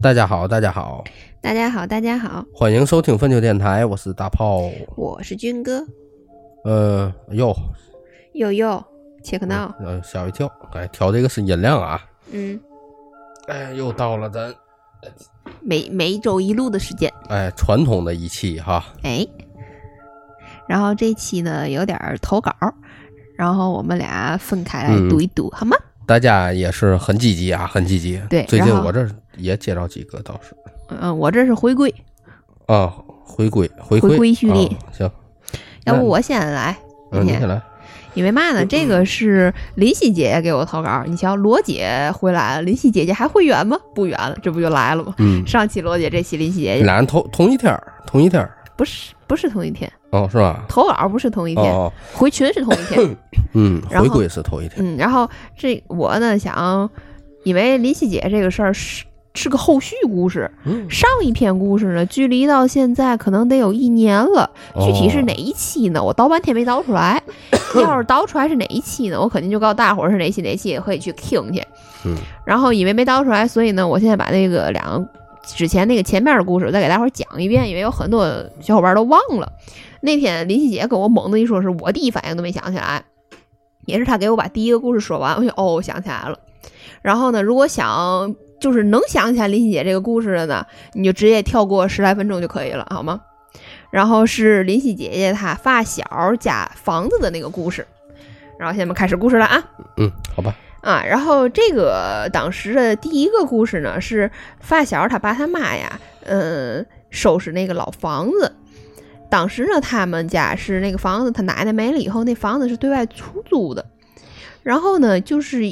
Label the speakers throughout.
Speaker 1: 大家好，大家好，
Speaker 2: 大家好，大家好，
Speaker 1: 欢迎收听粪球电台，我是大炮。
Speaker 2: 我是军哥，
Speaker 1: 呃，哟，
Speaker 2: 悠悠，切克闹，
Speaker 1: 呃，吓我一跳，哎，调这个是音量啊。
Speaker 2: 嗯，
Speaker 1: 哎，又到了咱
Speaker 2: 每每一周一录的时间，
Speaker 1: 哎传统的一期哈，
Speaker 2: 哎，然后这期呢有点儿投稿，然后我们俩分开来读一读，好吗？
Speaker 1: 大家也是很积极啊，很积极。
Speaker 2: 对
Speaker 1: 最近
Speaker 2: 然后
Speaker 1: 我这儿也接到几个倒是
Speaker 2: 嗯，我这是回归，
Speaker 1: 啊，回归回
Speaker 2: 回归
Speaker 1: 归
Speaker 2: 序列
Speaker 1: 啊行，
Speaker 2: 要
Speaker 1: 那
Speaker 2: 不我先来，
Speaker 1: 嗯，你先来，
Speaker 2: 因为嘛呢？这个是林夕姐姐给我投稿，你瞧，罗姐回来了，林夕姐姐还会远吗？不远了，这不就来了吗？
Speaker 1: 嗯，
Speaker 2: 上期罗姐，这期林夕姐姐，
Speaker 1: 俩人同同一天儿，同一天儿，
Speaker 2: 不是不是同一天，
Speaker 1: 哦，是吧？
Speaker 2: 投稿不是同一
Speaker 1: 哦
Speaker 2: 天，
Speaker 1: 哦，
Speaker 2: 回群是同一天。
Speaker 1: 嗯，
Speaker 2: 然
Speaker 1: 回
Speaker 2: 后
Speaker 1: 归是头一天，
Speaker 2: 嗯，然后这我呢想，因为林夕姐这个事儿是是个后续故事，
Speaker 1: 嗯，
Speaker 2: 上一篇故事呢，距离到现在可能得有一年了，具体
Speaker 1: 哦
Speaker 2: 是哪一期呢？我倒半天没倒出来。要是倒出来是哪一期呢？我肯定就告诉大伙儿是哪期哪期，也可以去听去。
Speaker 1: 嗯，
Speaker 2: 然后因为没倒出来，所以呢，我现在把那个两个之前那个前面的故事我再给大伙儿讲一遍，因为有很多小伙伴都忘了。那天林夕姐跟我猛的一说，是我第一反应都没想起来，也是她给我把第一个故事说完，我就哦我想起来了。然后呢，如果想就是能想起来林夕姐这个故事的呢，你就直接跳过十来分钟就可以了，好吗？然后是林夕姐姐她发小加房子的那个故事，然后下面开始故事了啊
Speaker 1: 嗯，好吧，
Speaker 2: 啊！然后这个当时的第一个故事呢是发小他爸他妈呀，嗯，收拾那个老房子。当时呢，他们家是那个房子，他奶奶没了以后，那房子是对外出租的。然后呢，就是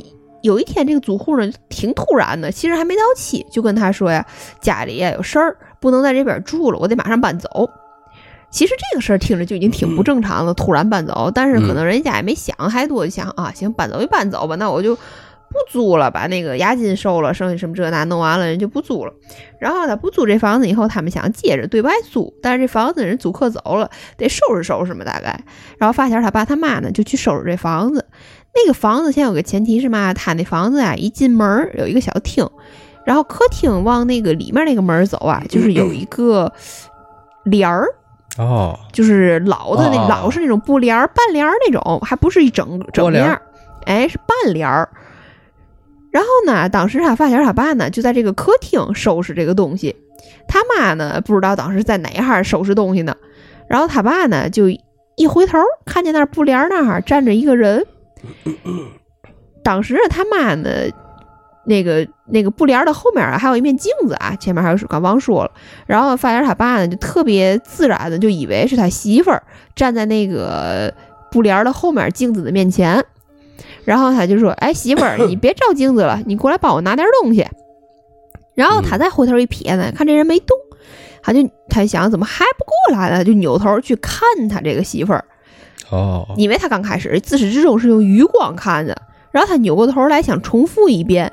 Speaker 2: 有一天，这个租户呢挺突然的，其实还没到期，就跟他说呀，家里呀有事儿，不能在这边住了，我得马上搬走。其实这个事儿听着就已经挺不正常了，突然搬走，但是可能人家也没想太多，就想啊，行，搬走就搬走吧，那我就不租了，把那个押金收了，剩下什么这那弄完了，人就不租了。然后他不租这房子以后，他们想接着对外租，但是这房子人租客走了，得收拾收拾嘛，大概。然后发小他爸他妈呢就去收拾这房子。那个房子现在有个前提是嘛，他那房子啊，一进门儿有一个小厅，然后客厅往那个里面那个门儿走啊，就是有一个帘儿，
Speaker 1: 哦，
Speaker 2: 就是老的那、
Speaker 1: 哦
Speaker 2: 老是那种布帘儿、半帘儿那种，还不是一整整
Speaker 1: 拨帘
Speaker 2: 面
Speaker 1: 儿
Speaker 2: 儿，哎，是半帘儿。然后呢，当时他发小他爸呢就在这个客厅收拾这个东西，他妈呢不知道当时在哪一哈儿收拾东西呢，然后他爸呢就一回头看见那布帘儿那儿站着一个人，当时他妈呢。那个那个布帘儿的后面啊，还有一面镜子啊，前面还有刚忘说了。然后发小他爸呢，就特别自然的就以为是他媳妇儿站在那个布帘儿的后面镜子的面前，然后他就说：“哎，媳妇儿，你别照镜子了，你过来帮我拿点东西。”然后他再回头一瞥呢，看这人没动，他就他就想怎么还不过来呢？就扭头去看他这个媳妇儿，
Speaker 1: 哦，
Speaker 2: 因为他刚开始自始至终是用余光看的，然后他扭过头来想重复一遍，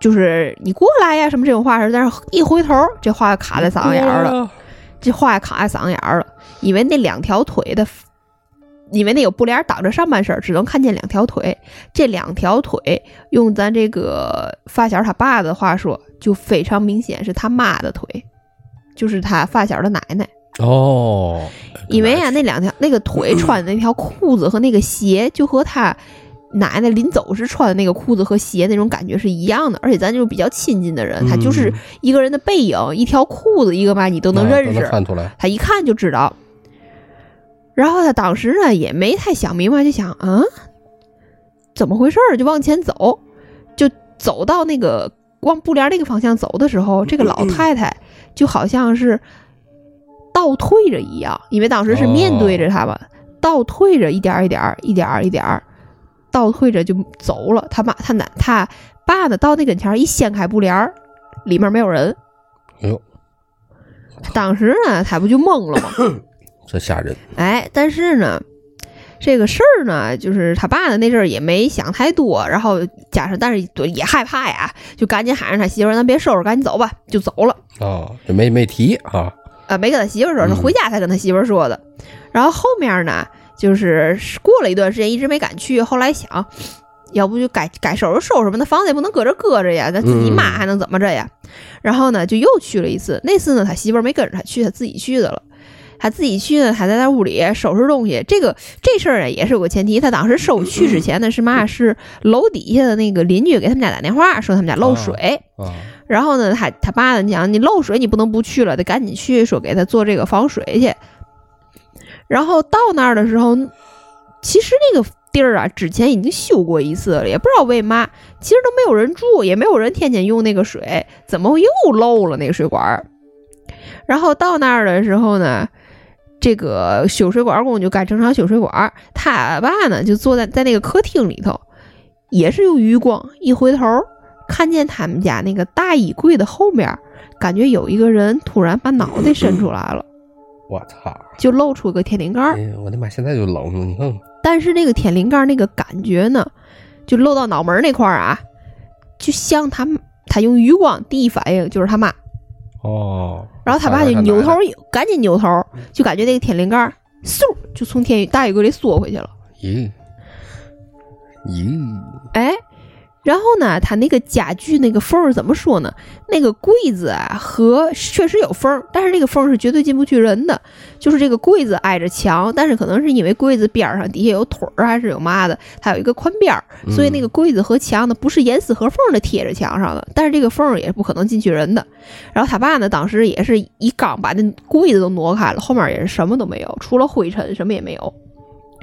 Speaker 2: 就是你过来呀什么这种话时，但是一回头这话卡在嗓子眼儿了，
Speaker 1: 了，
Speaker 2: 这话卡在嗓子眼儿了，因为那两条腿的，因为那有布帘儿挡着上半身儿，只能看见两条腿，这两条腿用咱这个发小他爸的话说，就非常明显是他妈的腿，就是他发小的奶奶。
Speaker 1: 哦，
Speaker 2: 因为啊，那两条那个腿穿的那条裤子和那个鞋，就和他奶奶临走时穿的那个裤子和鞋那种感觉是一样的。而且咱就是比较亲近的人，啊他就是
Speaker 1: 嗯
Speaker 2: 一个人的背影，一条裤子，一个嘛你都能
Speaker 1: 啊
Speaker 2: 认识，
Speaker 1: 看出来，
Speaker 2: 他一看就知道。然后他当时呢也没太想明白，就想啊，怎么回事儿？就往前走，就走到那个往布帘那个方向走的时候，这个老太太就好像是倒退着一样，因为当时是面对着他们，倒退着一点儿一点儿一点儿一点儿，倒退着就走了。他妈他奶他爸呢到那跟前儿一掀开布帘儿，里面没有人。
Speaker 1: 哎呦，
Speaker 2: 当时呢他不就懵了吗？
Speaker 1: 真吓人，
Speaker 2: 哎，但是呢，这个事儿呢，就是他爸呢那阵儿也没想太多，然后加上但是也害怕呀，就赶紧喊着他媳妇儿，咱别收拾，赶紧走吧，就走了。
Speaker 1: 哦，也没没提啊，
Speaker 2: 呃，没跟他媳妇儿说，是
Speaker 1: 嗯
Speaker 2: 回家才跟他媳妇儿说的。然后后面呢，就是过了一段时间，一直没敢去，后来想，要不就该该收拾收拾吧，那房子也不能搁这搁着呀，那自己
Speaker 1: 嗯
Speaker 2: 妈还能怎么着呀？然后呢，就又去了一次。那次呢，他媳妇儿没跟着他去，他自己去的了。他自己去呢，还在那屋里收拾东西。这个这事儿啊，也是有个前提。他当时收去之前呢，是嘛？是楼底下的那个邻居给他们家打电话，说他们家漏水。
Speaker 1: 啊，
Speaker 2: 然后呢，他他爸呢讲，你漏水你不能不去了，得赶紧去，说给他做这个防水去。然后到那儿的时候，其实那个地儿啊，之前已经修过一次了，也不知道为嘛，其实都没有人住，也没有人天天用那个水，怎么又漏了那个水管儿？然后到那儿的时候呢，这个修水管工就该正常修水管儿，他爸呢就坐在在那个客厅里头，也是用余光一回头，看见他们家那个大衣柜的后面，感觉有一个人突然把脑袋伸出来了，
Speaker 1: 我操！
Speaker 2: 就露出个天灵盖儿。
Speaker 1: 哎呀我的妈，现在就冷了，你看看，
Speaker 2: 但是那个天灵盖儿那个感觉呢，就露到脑门儿那块儿啊，就像他他用余光第一反应就是他妈，
Speaker 1: 哦，
Speaker 2: 然后他爸就扭头，赶紧扭头，就感觉那个天灵盖儿嗖就从天大衣柜里缩回去了。
Speaker 1: 咦咦，
Speaker 2: 哎，然后呢，他那个家具那个缝儿怎么说呢？那个柜子啊和确实有缝儿，但是那个缝儿是绝对进不去人的。就是这个柜子挨着墙，但是可能是因为柜子边儿上底下有腿儿还啊是有嘛的，它有一个宽边儿，所以那个柜子和墙呢不是严丝合缝的贴着墙上的，但是这个缝儿也不可能进去人的。然后他爸呢，当时也是一刚把那柜子都挪开了，后面也是什么都没有，除了灰尘什么也没有。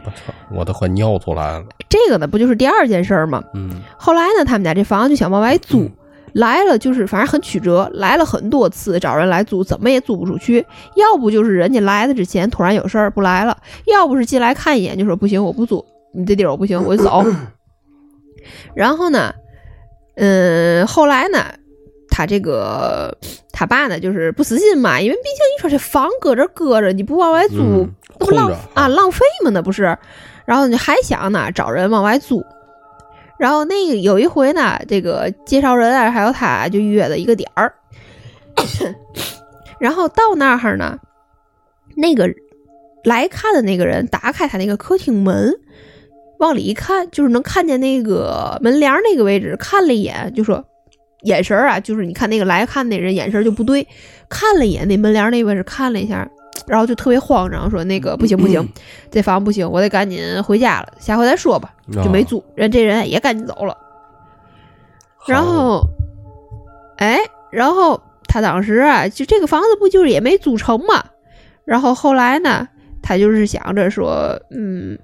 Speaker 1: 我操，我都快尿出来了，
Speaker 2: 这个呢，不就是第二件事儿吗？
Speaker 1: 嗯，
Speaker 2: 后来呢，他们家这房子就想往外租，来了就是反正很曲折，来了很多次找人来租，怎么也租不出去。要不就是人家来的之前突然有事儿不来了，要不是进来看一眼就说不行，我不租，你这地儿我不行，我就走。然后呢，嗯，后来呢，他这个他爸呢就是不死心嘛，因为毕竟你说这房搁这儿搁着，你不往外租，
Speaker 1: 嗯
Speaker 2: 那不浪
Speaker 1: 空着
Speaker 2: 啊浪费吗？那不是，然后你还想呢找人往外租，然后那个有一回呢，这个介绍人啊还有他就约了一个点儿， 然后到那儿呢，那个来看的那个人打开他那个客厅门。往里一看，就是能看见那个门帘儿那个位置，看了一眼就说，眼神儿啊，就是你看那个来看那人眼神儿就不对，看了一眼那门帘儿那位置，看了一下，然后就特别慌张，说那个不行不行，这房不行，我得赶紧回家了，下回再说吧，就没
Speaker 1: 啊
Speaker 2: 租。人这人也赶紧走了。然后，哎，然后他当时啊，就这个房子不就是也没租成嘛。然后后来呢，他就是想着说，嗯，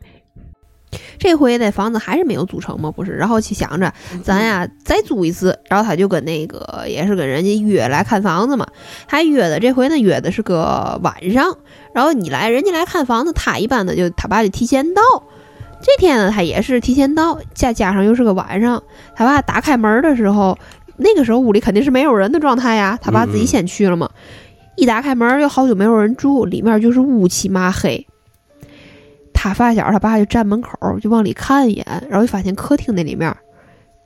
Speaker 2: 这回那房子还是没有租成嘛，不是？然后就想着咱呀再租一次。然后他就跟那个也是跟人家约来看房子嘛，他约的这回呢约的是个晚上。然后你来，人家来看房子，他一般的就他爸就提前到。这天呢，他也是提前到，再加上又是个晚上，他爸打开门的时候，那个时候屋里肯定是没有人的状态呀。他爸自己先去了嘛，一打开门又好久没有人住，里面就是乌漆嘛黑。他发小他爸就站门口就往里看一眼，然后就发现客厅那里面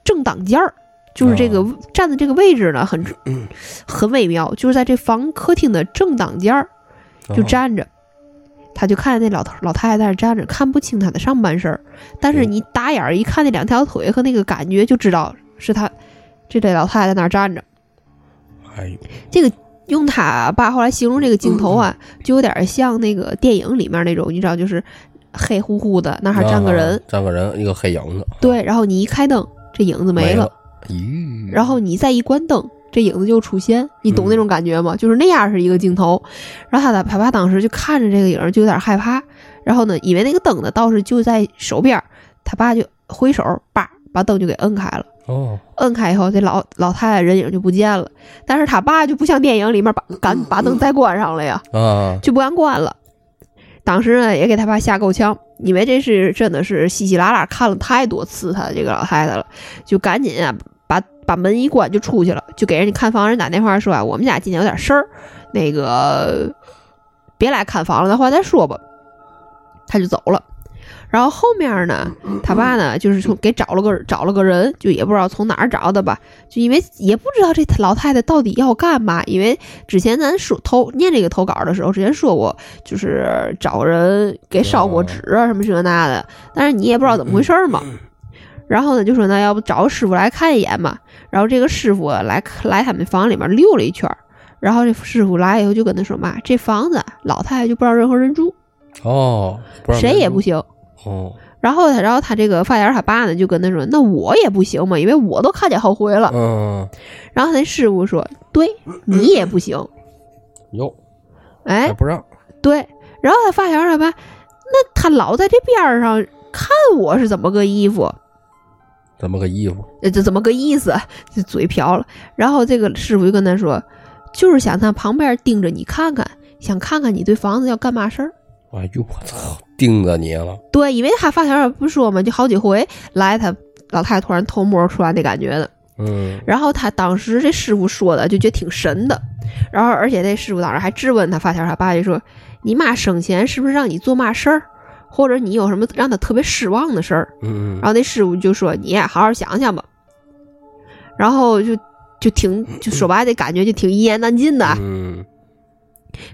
Speaker 2: 正当间儿，就是这个、站的这个位置呢，很 很微妙，就是在这房客厅的正当间儿就
Speaker 1: 样，
Speaker 2: 站着。他就看见那老头老太太在那站着，看不清她的上半身儿，但是
Speaker 1: 嗯
Speaker 2: 你打眼儿一看那两条腿和那个感觉，就知道是他这这老太太在那儿站着。
Speaker 1: 哎呦，
Speaker 2: 用他爸后来形容这个镜头啊，就有点像那个电影里面那种，你知道，就是黑乎乎的，那还站个人
Speaker 1: 啊，，站个人，一个黑影子，
Speaker 2: 对，然后你一开灯，这影子没
Speaker 1: 没
Speaker 2: 了，，
Speaker 1: 咦，
Speaker 2: 然后你再一关灯，这影子就出现，你懂那种感觉吗？就是那样是一个镜头。然后他他爸当时就看着这个影儿，就有点害怕。然后呢，以为那个灯呢倒是就在手边儿，他爸就挥手，叭把灯就给摁开了。
Speaker 1: 哦，
Speaker 2: 摁开以后，这老老太太人影就不见了。但是他爸就不像电影里面把敢把灯再关上了呀，
Speaker 1: 啊，
Speaker 2: 就不敢关了。当时呢，也给他爸吓够呛，因为这是真的是稀稀拉拉看了太多次他这个老太太了，就赶紧啊把把门一关就出去了，就给人家看房人打电话说啊，我们家今天有点事儿，那个别来看房了，那话再说吧。他就走了。然后后面呢，他爸呢就是从给找了个找了个人，就也不知道从哪儿找的吧，就因为也不知道这老太太到底要干嘛，因为之前咱说投念这个投稿的时候，之前说过，就是
Speaker 1: 嗯
Speaker 2: 找人给烧过纸啊什么这那的，但是你也不知道怎么回事儿嘛。然后呢，就说那要不找师傅来看一眼吧。然后这个师傅来来他们房里面溜了一圈儿，然后这师傅来以后就跟他说嘛，这房子啊老太太就不让任何人住，
Speaker 1: 哦，不让
Speaker 2: 谁
Speaker 1: 人
Speaker 2: 也
Speaker 1: 住
Speaker 2: 不行。
Speaker 1: 哦，
Speaker 2: 然后他，然后他这个发小他爸呢就跟他说，那我也不行嘛，因为我都看见后悔了。
Speaker 1: 嗯，
Speaker 2: 然后他师傅说，对你也不行，
Speaker 1: 哟，还
Speaker 2: 哎，
Speaker 1: 不让，
Speaker 2: 对。然后他发小他爸，那他老在这边儿上看我是怎么个衣服。
Speaker 1: 怎么个衣服？
Speaker 2: 呃，这怎么个意思？这嘴瓢了。然后这个师傅就跟他说，就是想在旁边盯着你看看，想看看你对房子要干嘛事儿。
Speaker 1: 哎呦，我操，盯着你了，
Speaker 2: 对，因为他发小也不说嘛，就好几回来他老太太突然偷摸出来那感觉的。
Speaker 1: 嗯，
Speaker 2: 然后他当时这师傅说的就觉得挺神的，然后而且那师傅当时还质问他发小他爸就说：“你妈生前是不是让你做嘛事儿，或者你有什么让他特别失望的事儿？”
Speaker 1: 嗯
Speaker 2: 然后那师傅就说：“你也好好想想吧。”然后就就挺就说白了，这感觉就挺一言难尽的啊，
Speaker 1: 嗯，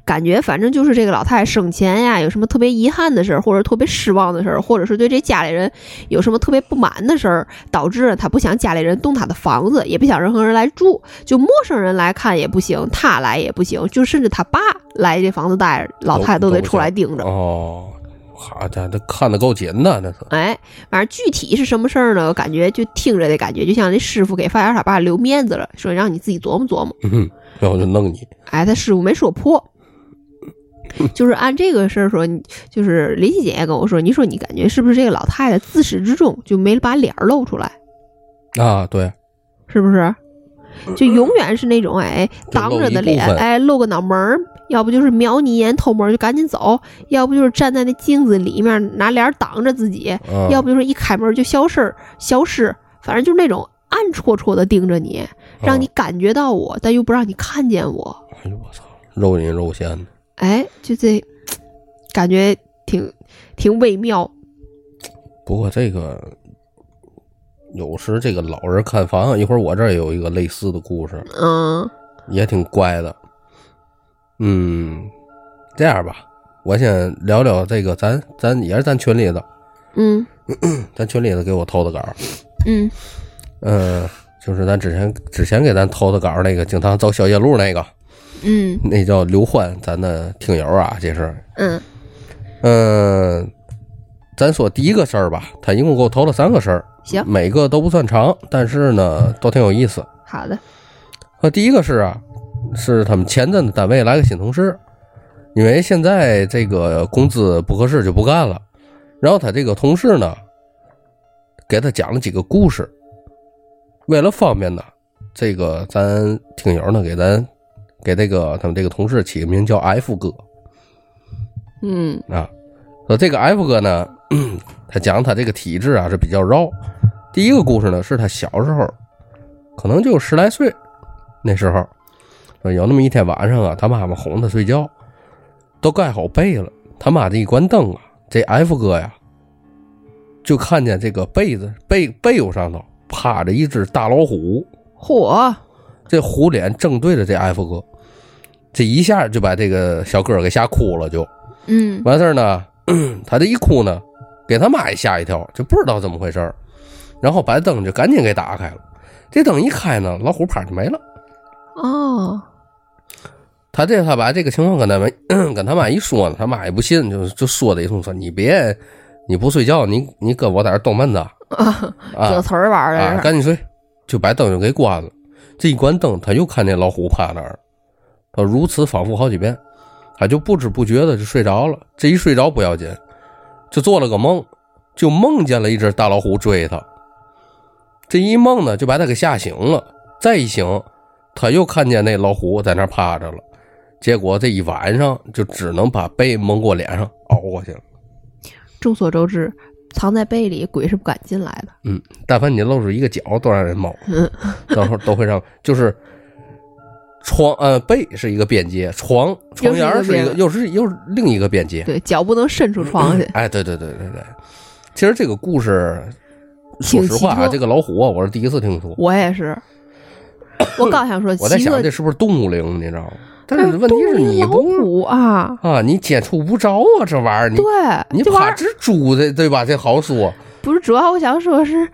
Speaker 2: 感觉反正就是这个老太太生前呀有什么特别遗憾的事儿，或者特别失望的事儿，或者是对这家里人有什么特别不满的事儿，导致了她不想家里人动她的房子，也不想任何人来住，就陌生人来看也不行，她来也不行，就甚至她爸来这房子待着，老太太都得出来盯着。
Speaker 1: 哦，好家伙，这看的够紧的，那是，
Speaker 2: 哎，反正具体是什么事儿呢？我感觉就听着的感觉，就像那师傅给发小他爸留面子了，说让你自己琢磨琢磨。
Speaker 1: 嗯，然后就弄你，
Speaker 2: 哎，他师傅没 说破，就是按这个事儿说，你就是林夕姐也跟我说，你说你感觉是不是这个老太太自始至终就没把脸儿露出来，
Speaker 1: 啊，对，
Speaker 2: 是不是？就永远是那种哎
Speaker 1: 就
Speaker 2: 挡着
Speaker 1: 嗯露一
Speaker 2: 的
Speaker 1: 部
Speaker 2: 脸，
Speaker 1: 分
Speaker 2: 哎露个脑门儿，要不就是瞄你一眼偷摸儿就赶紧走，要不就是站在那镜子里面拿脸儿挡着自己，
Speaker 1: 嗯，
Speaker 2: 要不就是一开门就消失消失，反正就是那种暗戳戳的盯着你，让你
Speaker 1: 嗯，
Speaker 2: 感觉到我，但又不让你看见我，
Speaker 1: 哎呦，我操，肉隐肉现的，
Speaker 2: 哎，就这感觉挺挺微妙。
Speaker 1: 不过这个。有时这个老人看房，一会儿我这儿也有一个类似的故事，
Speaker 2: 嗯
Speaker 1: 也挺乖的。嗯，这样吧，我先聊聊这个，咱咱也是咱群里的，
Speaker 2: 嗯
Speaker 1: 咱群里的给我投的稿儿，
Speaker 2: 嗯
Speaker 1: 嗯，就是咱之前之前给咱投的稿儿那个，经常走小夜路那个，
Speaker 2: 嗯
Speaker 1: 那叫刘欢，咱的听友啊，这是，
Speaker 2: 嗯
Speaker 1: 嗯，咱说第一个事儿吧，他一共给我投了三个事儿，
Speaker 2: 行
Speaker 1: 每个都不算长，但是呢，都挺有意思。
Speaker 2: 好的，
Speaker 1: 那第一个是啊，是他们前阵子单位来个新同事，因为现在这个工资不合适就不干了。然后他这个同事呢，给他讲了几个故事。为了方便呢，这个咱听友呢给咱给这个他们这个同事起个名叫 F 哥
Speaker 2: 嗯
Speaker 1: 啊。说这个 F 哥呢， 他讲他这个体质啊是比较绕。第一个故事呢是他小时候，可能就十来岁那时候，说有那么一天晚上啊，他妈妈哄他睡觉，都盖好被了，他妈这一关灯啊，这 F 哥呀，就看见这个被子被被褥上头趴着一只大老虎，
Speaker 2: 嚯，
Speaker 1: 这虎脸正对着这 F 哥，这一下就把这个小哥给吓哭了就，
Speaker 2: 嗯
Speaker 1: 完事儿呢， 他这一哭呢，给他妈也吓一跳，就不知道怎么回事儿，然后把灯就赶紧给打开了。这灯一开呢，老虎啪就没了。
Speaker 2: 哦，
Speaker 1: 他这他把这个情况跟他们 跟他妈一说呢，他妈也不信，就就说的一通说你别，你不睡觉，你你跟我在这儿逗闷子啊
Speaker 2: 这
Speaker 1: 啊
Speaker 2: 词儿玩儿
Speaker 1: 啊，
Speaker 2: 的，嗯
Speaker 1: 赶紧睡，就把灯就给关了。这一关灯，他又看见老虎趴那儿，他如此反复好几遍，他就不知不觉的就睡着了。这一睡着不要紧，就做了个梦，就梦见了一只大老虎追他。这一梦呢，就把他给吓醒了。再一醒，他又看见那老虎在那儿趴着了。结果这一晚上就只能把被蒙过脸上熬过去了。
Speaker 2: 众所周知，藏在被里鬼是不敢进来的。
Speaker 1: 嗯，但凡你露出一个角，都让人冒，
Speaker 2: 嗯
Speaker 1: 到时候都会让就是床呃被是一个边界，床床沿儿是一个又是又是另一个边界。
Speaker 2: 对，脚不能伸出床去。
Speaker 1: 哎，对对对对对，其实这个故事，说
Speaker 2: 挺
Speaker 1: 实话
Speaker 2: 奇
Speaker 1: 啊，
Speaker 2: 特
Speaker 1: 这个老虎啊，我是第一次听说，
Speaker 2: 我也是，我刚想说
Speaker 1: 我在
Speaker 2: 奇
Speaker 1: 想
Speaker 2: 特
Speaker 1: 这，是不是动物灵，你知道吗？但是问题是
Speaker 2: 动物
Speaker 1: 你
Speaker 2: 老
Speaker 1: 不
Speaker 2: 虎啊，
Speaker 1: 啊，你接触不着啊，这玩意儿你
Speaker 2: 对，
Speaker 1: 你
Speaker 2: 这玩意
Speaker 1: 怕
Speaker 2: 儿
Speaker 1: 只猪的对吧？这好说，
Speaker 2: 不是，主要我想说是，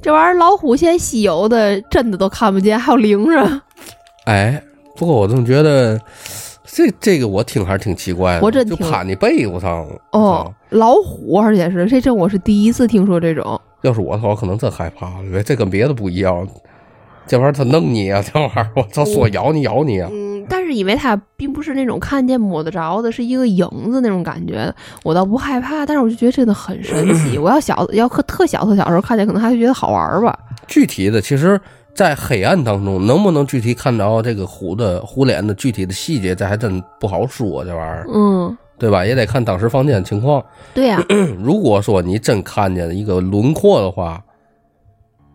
Speaker 2: 这玩意儿老虎先西游的真的都看不见，还有铃声。
Speaker 1: 哎，不过我总觉得这这个我听还是挺奇怪的，
Speaker 2: 我真
Speaker 1: 就
Speaker 2: 听
Speaker 1: 趴你背，我操！
Speaker 2: 哦，老虎，而且是这阵我是第一次听说这种。
Speaker 1: 要是我的话，我可能真害怕了，这跟别的不一样。这玩意儿它弄你啊！这玩意儿，我操，说咬你咬你啊！
Speaker 2: 嗯，但是因为它并不是那种看见摸得着的，是一个影子那种感觉，我倒不害怕，但是我就觉得真的很神 奇。我要小要特特小特小时候看见，可能还觉得好玩儿吧。
Speaker 1: 具体的，其实，在黑暗当中，能不能具体看着这个虎的虎脸的具体的细节，这还真不好说。这玩意儿，
Speaker 2: 嗯，
Speaker 1: 对吧？也得看当时房间情况。
Speaker 2: 对啊呀、
Speaker 1: 如果说你真看见一个轮廓的话，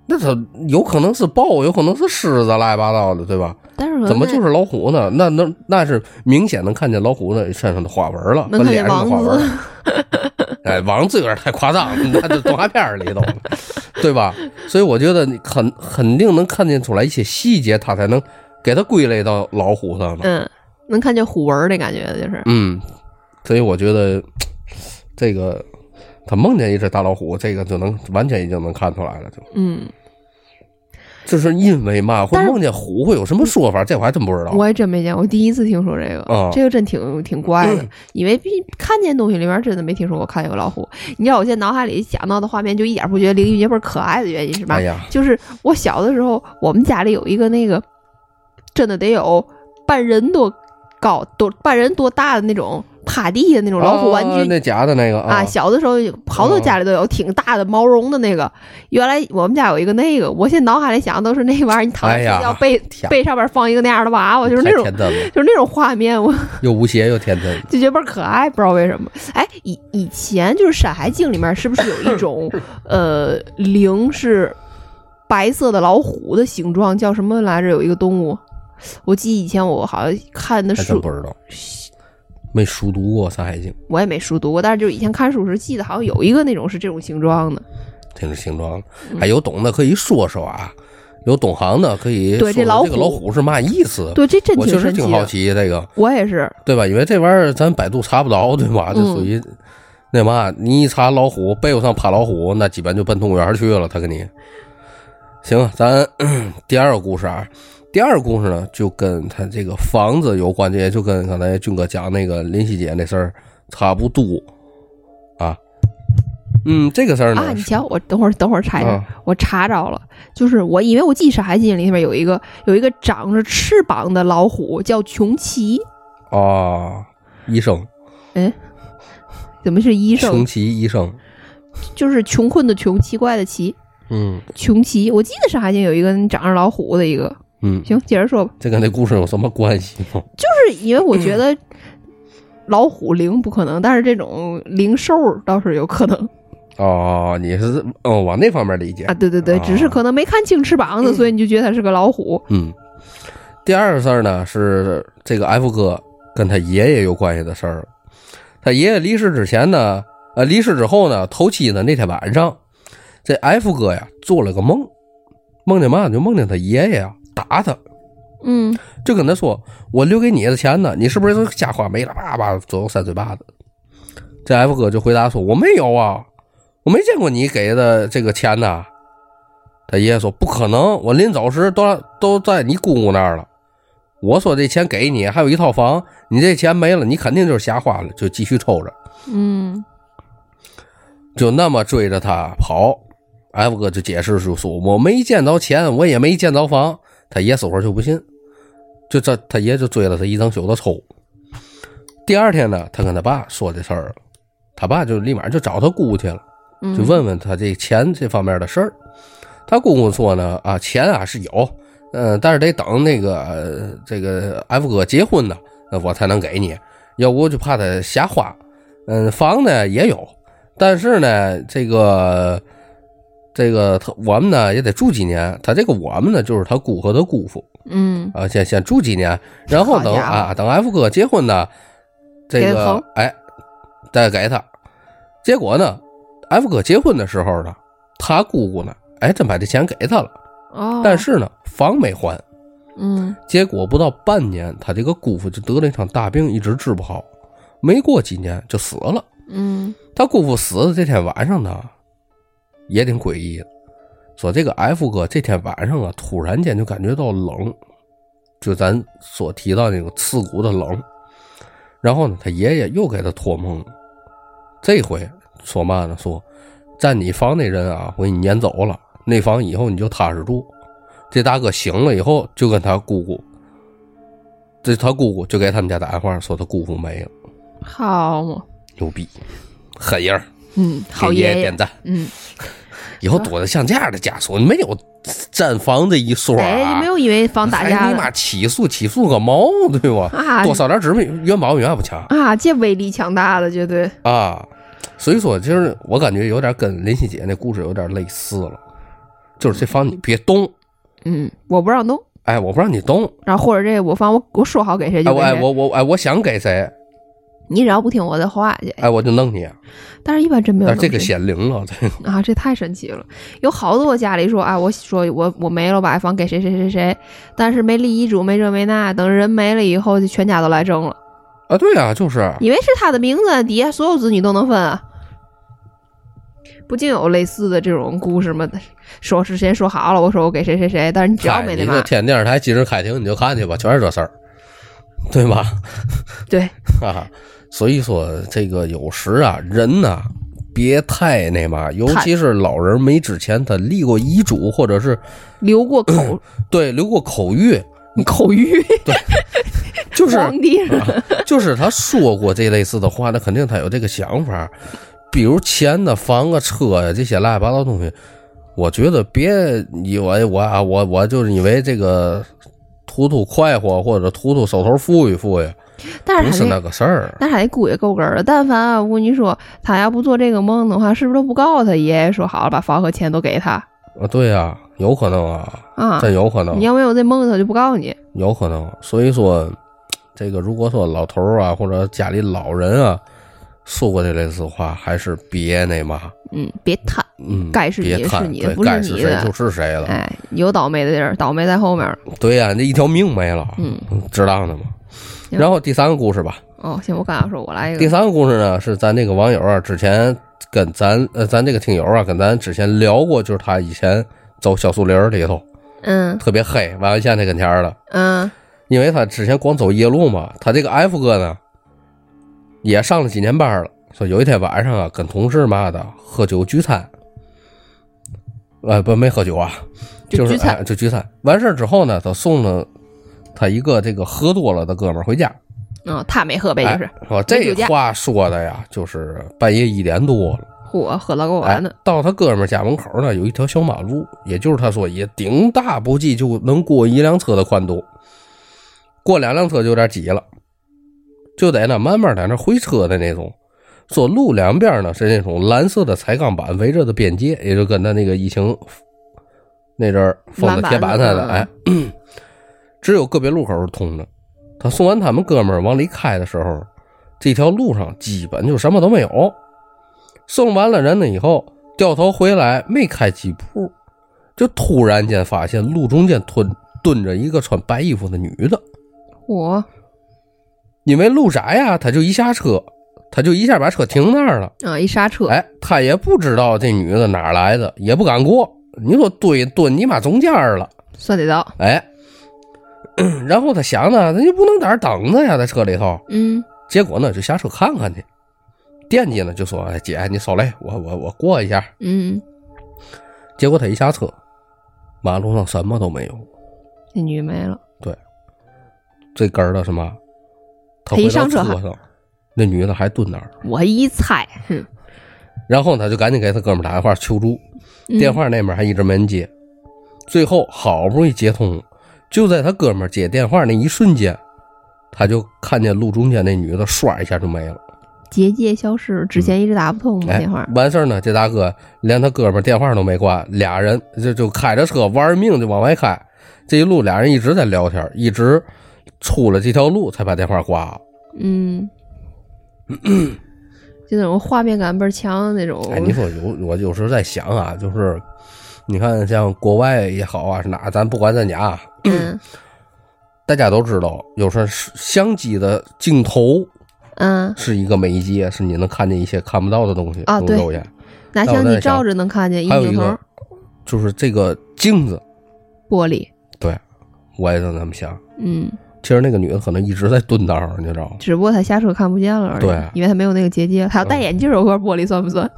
Speaker 1: 那它有可能是豹，有可能是狮子，乱七八糟的，对吧？
Speaker 2: 但是可能
Speaker 1: 怎么
Speaker 2: 那
Speaker 1: 就是老虎呢？那那那是明显能看见老虎的身上的花纹了，和
Speaker 2: 能看
Speaker 1: 脸
Speaker 2: 见
Speaker 1: 上的
Speaker 2: 王
Speaker 1: 花纹
Speaker 2: 子
Speaker 1: 了。？ 哎，王字有点太夸张 了，那就动画片儿里头了， 对吧？所以我觉得你肯肯定能看见出来一些细节，它才能给它归类到老虎上嘛。
Speaker 2: 嗯，能看见虎纹儿那感觉就是。
Speaker 1: 嗯，所以我觉得这个他梦见一只大老虎，这个就能完全已经能看出来了，就
Speaker 2: 嗯，
Speaker 1: 这是因为嘛？会
Speaker 2: 但是
Speaker 1: 梦见虎会有什么说法？这我还真不知道。
Speaker 2: 我也真没见过，我第一次听说这个，
Speaker 1: 哦嗯
Speaker 2: 这个真挺挺怪的，因为毕看见东西里面真的没听说过看见过老虎。你知道我现在脑海里想到的画面，就一点不觉得林玉杰倍儿可爱的原因是吧？
Speaker 1: 哎呀，
Speaker 2: 就是我小的时候，我们家里有一个那个，真的得有半人多高多半人多大的那种趴地的那种老虎玩
Speaker 1: 啊
Speaker 2: 具。
Speaker 1: 那假的那个
Speaker 2: 啊，小的时候有好多
Speaker 1: 哦
Speaker 2: 家里都有挺大的毛绒的那个，原来我们家有一个那个，我现在脑海里想的都是那玩意儿，你躺
Speaker 1: 哎
Speaker 2: 着
Speaker 1: 呀
Speaker 2: 睡觉背
Speaker 1: 天
Speaker 2: 背上面放一个那样的娃娃，就是那
Speaker 1: 太
Speaker 2: 种
Speaker 1: 天真了，
Speaker 2: 就是那种画面，我
Speaker 1: 又无邪又天真。
Speaker 2: 就觉得倍儿可爱，不知道为什么。哎，以以前就是《山海经》里面是不是有一种 呃灵是白色的老虎的形状，叫什么来着？有一个动物，我记得以前我好像看的
Speaker 1: 还真
Speaker 2: 书
Speaker 1: 不，知道，没熟读过《山海经》，
Speaker 2: 我也没书读过，但是就是以前看书时记得好像有一个那种是这种形状的。
Speaker 1: 听着形状了。
Speaker 2: 嗯
Speaker 1: 还有懂的可以说说啊，有懂行的可以说
Speaker 2: 对这
Speaker 1: 说
Speaker 2: 老
Speaker 1: 这个老
Speaker 2: 虎
Speaker 1: 虎是嘛意思。
Speaker 2: 对，这真
Speaker 1: 呃我
Speaker 2: 挺
Speaker 1: 确实
Speaker 2: 神奇
Speaker 1: 挺好
Speaker 2: 的。
Speaker 1: 奇这个，
Speaker 2: 我也是，啊
Speaker 1: 对吧？因为这玩意儿咱百度查不着，对吧？这
Speaker 2: 嗯
Speaker 1: 属于那嘛，你一查老虎，被窝上趴老虎，那基本就奔动物园去了。他给你行，咱 第二个故事啊，第二个故事呢，就跟他这个房子有关，这也就跟刚才俊哥讲那个林夕姐那事儿差不多啊。嗯，这个事儿呢，
Speaker 2: 啊，你瞧，我等会儿等会儿查一下，
Speaker 1: 啊
Speaker 2: 我查着了，就是我因为我记《山海经》里面有一个有一个长着翅膀的老虎叫穷奇，
Speaker 1: 哦，医生，
Speaker 2: 怎么是医生
Speaker 1: 穷？奇医生，
Speaker 2: 就是穷困的穷，奇怪的奇，
Speaker 1: 嗯
Speaker 2: 穷奇。我记得《山海经》有一个长着老虎的一个，
Speaker 1: 嗯，
Speaker 2: 行，接着说吧。
Speaker 1: 这跟那故事有什么关系吗？
Speaker 2: 就是因为我觉
Speaker 1: 嗯
Speaker 2: 得老虎灵不可能，但是这种灵兽倒是有可
Speaker 1: 嗯
Speaker 2: 能
Speaker 1: 哦，你是哦往那方面理解
Speaker 2: 啊。对对对，
Speaker 1: 啊
Speaker 2: 只是可能没看清翅膀子，所以你就觉得它是个老虎。
Speaker 1: 嗯，第二个事儿呢是这个 F 哥跟他爷爷有关系的事儿。他爷爷离世之前呢，呃，离世之后呢，头七的那天晚上，这 F 哥呀做了个梦，梦见嘛就梦见他爷爷呀打他，
Speaker 2: 嗯
Speaker 1: 就跟他说：“我留给你的钱呢，你是不是都瞎花没了？”叭叭左右扇嘴巴子。这 F 哥就回答说：“我没有啊，我没见过你给的这个钱呐。”他爷爷说：“不可能，我临走时都都在你姑姑那儿了。我说这钱给你，还有一套房，你这钱没了，你肯定就是瞎花了，就继续抽着，
Speaker 2: 嗯
Speaker 1: 就那么追着他跑。” F 哥就解释说：“说我没见着钱，我也没见着房。”他爷死活就不信，就这他爷就追了他一整宿的抽。第二天呢，他跟他爸说这事儿了，他爸就立马就找他姑姑去了，
Speaker 2: 嗯，
Speaker 1: 就问问他这钱这方面的事儿。他姑姑说呢，啊，钱啊是有，嗯、但是得等那个、呃这个 F 哥结婚呢，那我才能给你，要不我就怕他瞎花。嗯，房呢也有，但是呢，这个这个他我们呢也得住几年。他这个我们呢，就是他姑和他姑父
Speaker 2: 嗯
Speaker 1: 啊，先先住几年，然后等
Speaker 2: 好家伙
Speaker 1: 啊等 F 哥结婚呢，这
Speaker 2: 给他
Speaker 1: 个
Speaker 2: 横
Speaker 1: 哎再给他。结果呢，F 哥结婚的时候呢，他姑姑呢，哎真把这钱给他了，
Speaker 2: 哦，
Speaker 1: 但是呢房没还。
Speaker 2: 嗯
Speaker 1: 结果不到半年，他这个姑父就得了一场大病，一直治不好，没过几年就死了。
Speaker 2: 嗯
Speaker 1: 他姑父死的这天晚上呢，也挺诡异的。说这个 F 哥这天晚上啊，突然间就感觉到冷，就咱所提到那种刺骨的冷。然后呢，他爷爷又给他托梦了，这回说嘛呢？说占你房那人啊，我给你撵走了，那房以后你就踏实住。这大哥醒了以后，就跟他姑姑，这他姑姑就给他们家打电话说他姑父没了，
Speaker 2: 好嘛，
Speaker 1: 牛逼，狠人儿，
Speaker 2: 嗯，好
Speaker 1: 给爷
Speaker 2: 爷嗯
Speaker 1: 点
Speaker 2: 爷，
Speaker 1: 赞。
Speaker 2: 嗯，
Speaker 1: 以后躲着像这样的家属，没有占房这一说、啊，
Speaker 2: 哎，没有因为房打架
Speaker 1: 还你
Speaker 2: 了
Speaker 1: 妈起诉起诉个毛，对吧？
Speaker 2: 啊
Speaker 1: 多烧点纸币，元宝元不强
Speaker 2: 啊，这威力强大了，绝对，
Speaker 1: 啊。所以说，就是我感觉有点跟林夕姐那故事有点类似了，就是这房你别动，
Speaker 2: 嗯，我不让动，
Speaker 1: 哎，我不让你动，
Speaker 2: 然后或者这我房我我说好给谁
Speaker 1: 哎
Speaker 2: 就给
Speaker 1: 我
Speaker 2: 谁，
Speaker 1: 哎我我哎我想给谁，
Speaker 2: 你只要不听我的话去，
Speaker 1: 哎我就弄你，
Speaker 2: 但是一般真没有
Speaker 1: 但
Speaker 2: 那
Speaker 1: 是这
Speaker 2: 么
Speaker 1: 个
Speaker 2: 神
Speaker 1: 显灵了，这个
Speaker 2: 啊，这太神奇了！有好多家里说啊，我说我我没了，把房给谁谁谁谁，但是没立遗嘱，没这没那，等人没了以后，就全家都来争了，
Speaker 1: 啊对呀、就是
Speaker 2: 以为是他的名字，底下所有子女都能分啊。不仅有类似的这种故事吗？说事先说好了，我说我给谁谁谁，但是你只要
Speaker 1: 哎，
Speaker 2: 没
Speaker 1: 你
Speaker 2: 那
Speaker 1: 就
Speaker 2: 嘛，
Speaker 1: 天天电视台今日开庭你就看去吧，全是这事儿，对吧？
Speaker 2: 对，
Speaker 1: 啊，所以说这个有时啊，人呐、别太那嘛，尤其是老人没之前他立过遗嘱，或者是
Speaker 2: 留过口
Speaker 1: 对留过口谕，
Speaker 2: 口谕，
Speaker 1: 就是啊
Speaker 2: 皇帝似的
Speaker 1: 就是他说过这类似的话，那肯定他有这个想法。比如钱呐、房啊、车呀、这些乱七八糟东西，我觉得别以为我啊我我就是因为这个图图快活或者图图手头富裕富裕，
Speaker 2: 但是
Speaker 1: 不
Speaker 2: 他
Speaker 1: 是
Speaker 2: 这
Speaker 1: 那个事儿。
Speaker 2: 但是他姑也够根儿的。但凡啊，我跟你说，他要不做这个梦的话，是不是都不告诉他爷爷说好了，把房和钱都给他
Speaker 1: 啊，对呀、有可能啊，
Speaker 2: 啊？
Speaker 1: 真有可能。
Speaker 2: 你要没有这梦，他就不告诉你。
Speaker 1: 有可能。所以说，这个如果说老头儿啊，或者家里老人啊，说过这类似话，还是别那嘛，
Speaker 2: 嗯，别贪，
Speaker 1: 嗯，
Speaker 2: 该是你的
Speaker 1: 别贪
Speaker 2: 是你的
Speaker 1: 对
Speaker 2: 不是
Speaker 1: 该
Speaker 2: 你
Speaker 1: 是
Speaker 2: 的
Speaker 1: 谁就是谁了。
Speaker 2: 哎，有倒霉的人，倒霉在后面。
Speaker 1: 对呀、那一条命没了，
Speaker 2: 嗯，
Speaker 1: 值当的嘛。
Speaker 2: 行
Speaker 1: 然后第三个故事吧，
Speaker 2: 哦，行，我刚想说，我来一
Speaker 1: 第
Speaker 2: 个。
Speaker 1: 三个故事呢是咱这个网友啊，之前跟咱呃咱这个听友啊，跟咱之前聊过，就是他以前走小树林儿里头
Speaker 2: 嗯
Speaker 1: 特别黑，完了现在跟前儿了。
Speaker 2: 嗯，
Speaker 1: 因为他之前光走夜路嘛，他这个 F 哥呢，也上了几年班了。说有一天晚上啊，跟同事嘛的喝酒聚餐，呃，不没喝酒啊，
Speaker 2: 就
Speaker 1: 就是
Speaker 2: 聚餐
Speaker 1: 哎就聚餐。完事儿之后呢，他送了他一个这个喝多了的哥们儿回家。
Speaker 2: 嗯，他没喝呗，就是
Speaker 1: 哎、说
Speaker 2: 没
Speaker 1: 这
Speaker 2: 酒驾
Speaker 1: 话说的呀，就是半夜一点多了。
Speaker 2: 嚯，喝了够
Speaker 1: 哎
Speaker 2: 完的。，
Speaker 1: 到他哥们儿家门口呢，有一条小马路，也就是他说也顶大不济就能过一辆车的宽度，过两辆车就有点挤了，就得呢慢慢在那回车的那种。说路两边呢是那种蓝色的彩钢板围着的边界，也就跟他那个疫情那阵儿封的铁板似的，
Speaker 2: 蓝板嗯
Speaker 1: 哎， 只有个别路口是通的。他送完他们哥们儿往里开的时候，这条路上基本就什么都没有。送完了人了以后，掉头回来没开几步，就突然间发现路中间蹲蹲着一个穿白衣服的女的。
Speaker 2: 嚯，
Speaker 1: 因为路窄呀，他就一下车，他就一下把车停那儿了。
Speaker 2: 啊，一刹车，
Speaker 1: 哎，他也不知道这女的哪儿来的，也不敢过。你说蹲蹲你妈中间儿了，
Speaker 2: 算得到。
Speaker 1: 哎，然后他想呢，咱就不能在这儿等着呀，在车里头。
Speaker 2: 嗯
Speaker 1: 结果呢，就下车看看去。惦记呢，就说：“哎，姐，你受累，我我我过一下。
Speaker 2: 嗯，”
Speaker 1: 结果他一下车，马路上什么都没有，
Speaker 2: 那女没了。
Speaker 1: 最根儿的是嘛？他
Speaker 2: 他一
Speaker 1: 回到
Speaker 2: 上车
Speaker 1: 车上，那女的还蹲那儿。
Speaker 2: 我一猜，
Speaker 1: 嗯
Speaker 2: 哼，
Speaker 1: 然后他就赶紧给他哥们儿打电话求助，
Speaker 2: 嗯
Speaker 1: 电话那边还一直没人接。最后好不容易接通了，就在他哥们儿接电话那一瞬间，他就看见路中间那女的唰一下就没了。
Speaker 2: 结界消失，之前一直打不通嘛，
Speaker 1: 哎
Speaker 2: 电话，。
Speaker 1: 完事儿呢，这大哥连他哥们儿电话都没挂，俩人就就开着车玩命就往外开。这一路俩人一直在聊天，一直出了这条路才把电话挂了。
Speaker 2: 嗯， 就那种画面感倍儿强的那种。
Speaker 1: 哎，你说有我有时候在想啊，就是你看像国外也好啊，是哪咱不管在家啊，
Speaker 2: 嗯
Speaker 1: 大家都知道，有时候相机的镜头
Speaker 2: 嗯，
Speaker 1: 是一个媒介，是你能看见一些看不到的东西，
Speaker 2: 啊
Speaker 1: 用
Speaker 2: 对
Speaker 1: 肉眼。
Speaker 2: 拿
Speaker 1: 那我
Speaker 2: 相
Speaker 1: 在想
Speaker 2: 机照着能看见，一
Speaker 1: 还有
Speaker 2: 扭
Speaker 1: 一
Speaker 2: 头
Speaker 1: 个就是这个镜子，
Speaker 2: 玻璃，
Speaker 1: 我也让他们想，
Speaker 2: 嗯，
Speaker 1: 其实那个女的可能一直在蹲那儿，你知道吗？
Speaker 2: 只不过他瞎扯看不见了而已，
Speaker 1: 对嗯
Speaker 2: 因为他没有那个结界，他要戴眼镜儿有块玻璃算不算？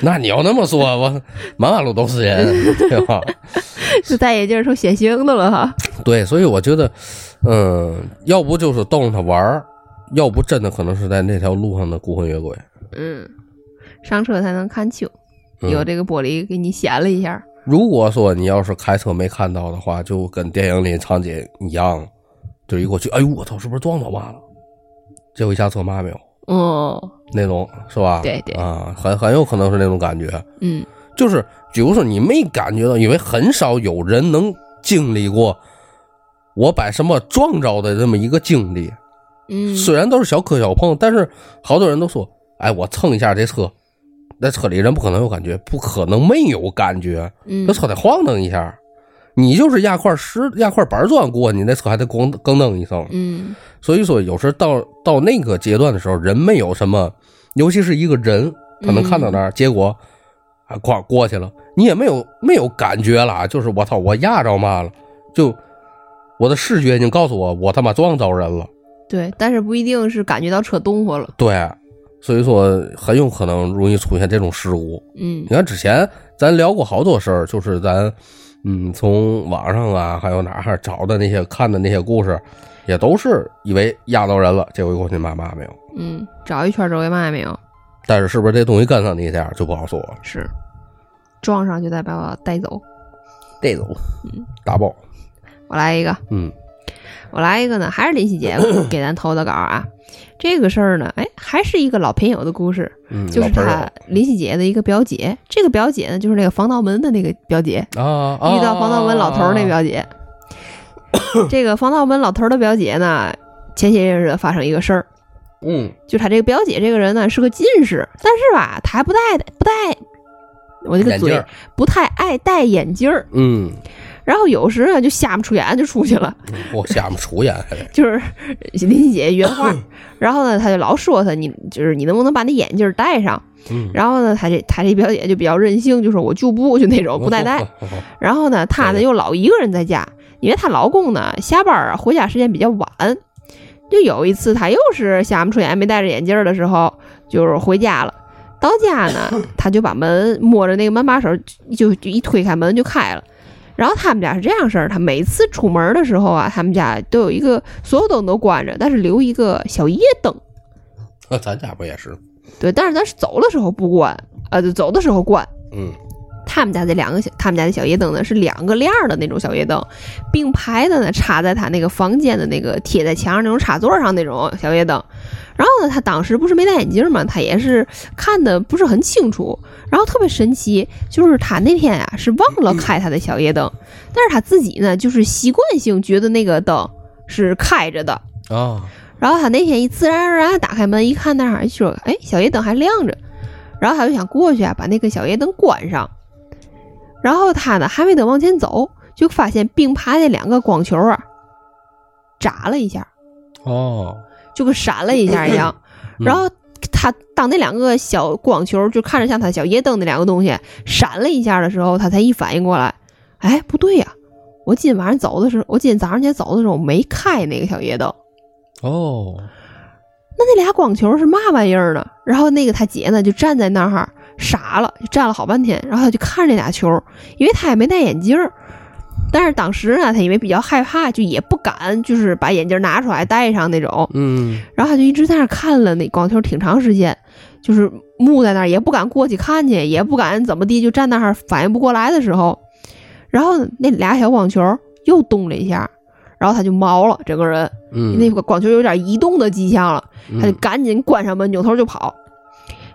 Speaker 1: 那你要那么说，我满马路都是人，对 吧？
Speaker 2: 就戴眼镜儿成显形的了哈。
Speaker 1: 对，所以我觉得，嗯，要不就是逗弄他玩儿，要不真的可能是在那条路上的孤魂野鬼。
Speaker 2: 嗯，上车才能看清，
Speaker 1: 嗯
Speaker 2: 有这个玻璃给你显了一下。
Speaker 1: 如果说你要是开车没看到的话，就跟电影里场景一样，就是一过去，哎呦我操，是不是撞到嘛了？结果一下车嘛没有，
Speaker 2: 哦，
Speaker 1: 那种是吧？
Speaker 2: 对对
Speaker 1: 啊，很很有可能是那种感觉。
Speaker 2: 嗯
Speaker 1: 就是比如说你没感觉到，因为很少有人能经历过我把什么撞着的这么一个经历。
Speaker 2: 嗯，
Speaker 1: 虽然都是小磕小碰，但是好多人都说，哎，我蹭一下这车，那车里人不可能有感觉，不可能没有感觉，
Speaker 2: 嗯
Speaker 1: 那车得晃荡一下。你就是压块石、压块板砖过，你那车还得咣咣噔一声。
Speaker 2: 嗯
Speaker 1: 所以说，有时到到那个阶段的时候，人没有什么，尤其是一个人，他能看到
Speaker 2: 嗯
Speaker 1: 那儿，结果啊，过过去了，你也没有没有感觉了，啊就是我操，我压着嘛了，就我的视觉已经告诉我，我他妈撞着人了，
Speaker 2: 对，但是不一定是感觉到扯动活了。
Speaker 1: 对，所以说很有可能容易出现这种事故。
Speaker 2: 嗯
Speaker 1: 你看之前咱聊过好多事儿，就是咱嗯从网上啊，还有哪儿找的那些看的那些故事，也都是以为压到人了，结果一过去嘛嘛没有。
Speaker 2: 嗯，找一圈周围嘛也没有，
Speaker 1: 但是是不是这东西跟上你一下就不好说了。
Speaker 2: 是撞上就得把我带走。
Speaker 1: 这种打爆，
Speaker 2: 我来一个，
Speaker 1: 嗯
Speaker 2: 我来一个呢，还是林夕姐给咱投的稿啊。这个事儿呢，哎，还是一个老朋友的故事，
Speaker 1: 嗯，
Speaker 2: 就
Speaker 1: 老
Speaker 2: 是
Speaker 1: 盆儿
Speaker 2: 她林夕姐的一个表姐。这个表姐呢，就是那个防盗门的那个表姐，
Speaker 1: 有啊，啊
Speaker 2: 遇到防盗门老头儿那，表姐。这个防盗门老头儿的表姐呢，前些日子发生一个事儿，
Speaker 1: 嗯
Speaker 2: 就她这个表姐这个人呢是个近视，但是吧，她还不戴不戴，我这个
Speaker 1: 眼镜
Speaker 2: 嘴
Speaker 1: 儿
Speaker 2: 不太爱戴眼镜儿，
Speaker 1: 嗯，
Speaker 2: 然后有时呢就瞎不出眼就出去了，
Speaker 1: 我瞎么出眼还得，
Speaker 2: 就是林姐原话。 然后呢，她就老说她你就是你能不能把那眼镜儿戴上？
Speaker 1: 嗯，
Speaker 2: 然后呢，她这她这表姐就比较任性，就说我就不就那种不戴戴。
Speaker 1: 哦，哦哦
Speaker 2: 然后呢，她呢
Speaker 1: 对
Speaker 2: 又老一个人在家，因为她老公呢下班啊回家时间比较晚。就有一次，她又是瞎不出眼没戴着眼镜儿的时候，就是回家了。到家呢，她就把门摸着那个门把手，就就一推开门就开了。然后他们家是这样事儿，她每次出门的时候啊，他们家都有一个所有灯都关着，但是留一个小夜灯。
Speaker 1: 哦 咱家不也是，
Speaker 2: 对，但是咱是走的时候不关，呃，就走的时候关。
Speaker 1: 嗯
Speaker 2: 他们家这两个小，他们家的小夜灯呢是两个亮儿的那种小夜灯，并排的呢插在他那个房间的那个贴在墙上那种插座上那种小夜灯。然后呢，他当时不是没戴眼镜嘛，他也是看的不是很清楚。然后特别神奇，就是他那天啊是忘了开他的小夜灯，但是他自己呢就是习惯性觉得那个灯是开着的，
Speaker 1: 啊，
Speaker 2: 然后他那天一自然而然打开门一看那儿，就说：“哎，小夜灯还亮着。”然后他就想过去啊，把那个小夜灯关上。然后他呢，还没等往前走，就发现并排的两个光球啊，眨了一下，
Speaker 1: 哦，
Speaker 2: 就跟闪了一下一样。
Speaker 1: 嗯
Speaker 2: 然后他当那两个小光球就看着像他小夜灯那两个东西闪了一下的时候，他才一反应过来，哎，不对呀、我今天晚上走的时候，我今天早上起来走的时候，我没开那个小夜灯。
Speaker 1: 哦，
Speaker 2: 那那俩光球是嘛玩意儿呢？然后那个他姐呢就站在那儿傻了，就站了好半天，然后他就看着那俩球，因为他也没戴眼镜儿。但是当时呢，他因为比较害怕，就也不敢就是把眼镜拿出来戴上那种，
Speaker 1: 嗯
Speaker 2: 然后他就一直在那儿看了那光球挺长时间，就是木在那儿也不敢过去看去，也不敢怎么地，就站那儿反应不过来的时候，然后那俩小光球又动了一下，然后他就毛了，整个人
Speaker 1: 嗯，
Speaker 2: 那个光球有点移动的迹象了。她就
Speaker 1: 嗯
Speaker 2: 赶紧关上门，扭头就跑。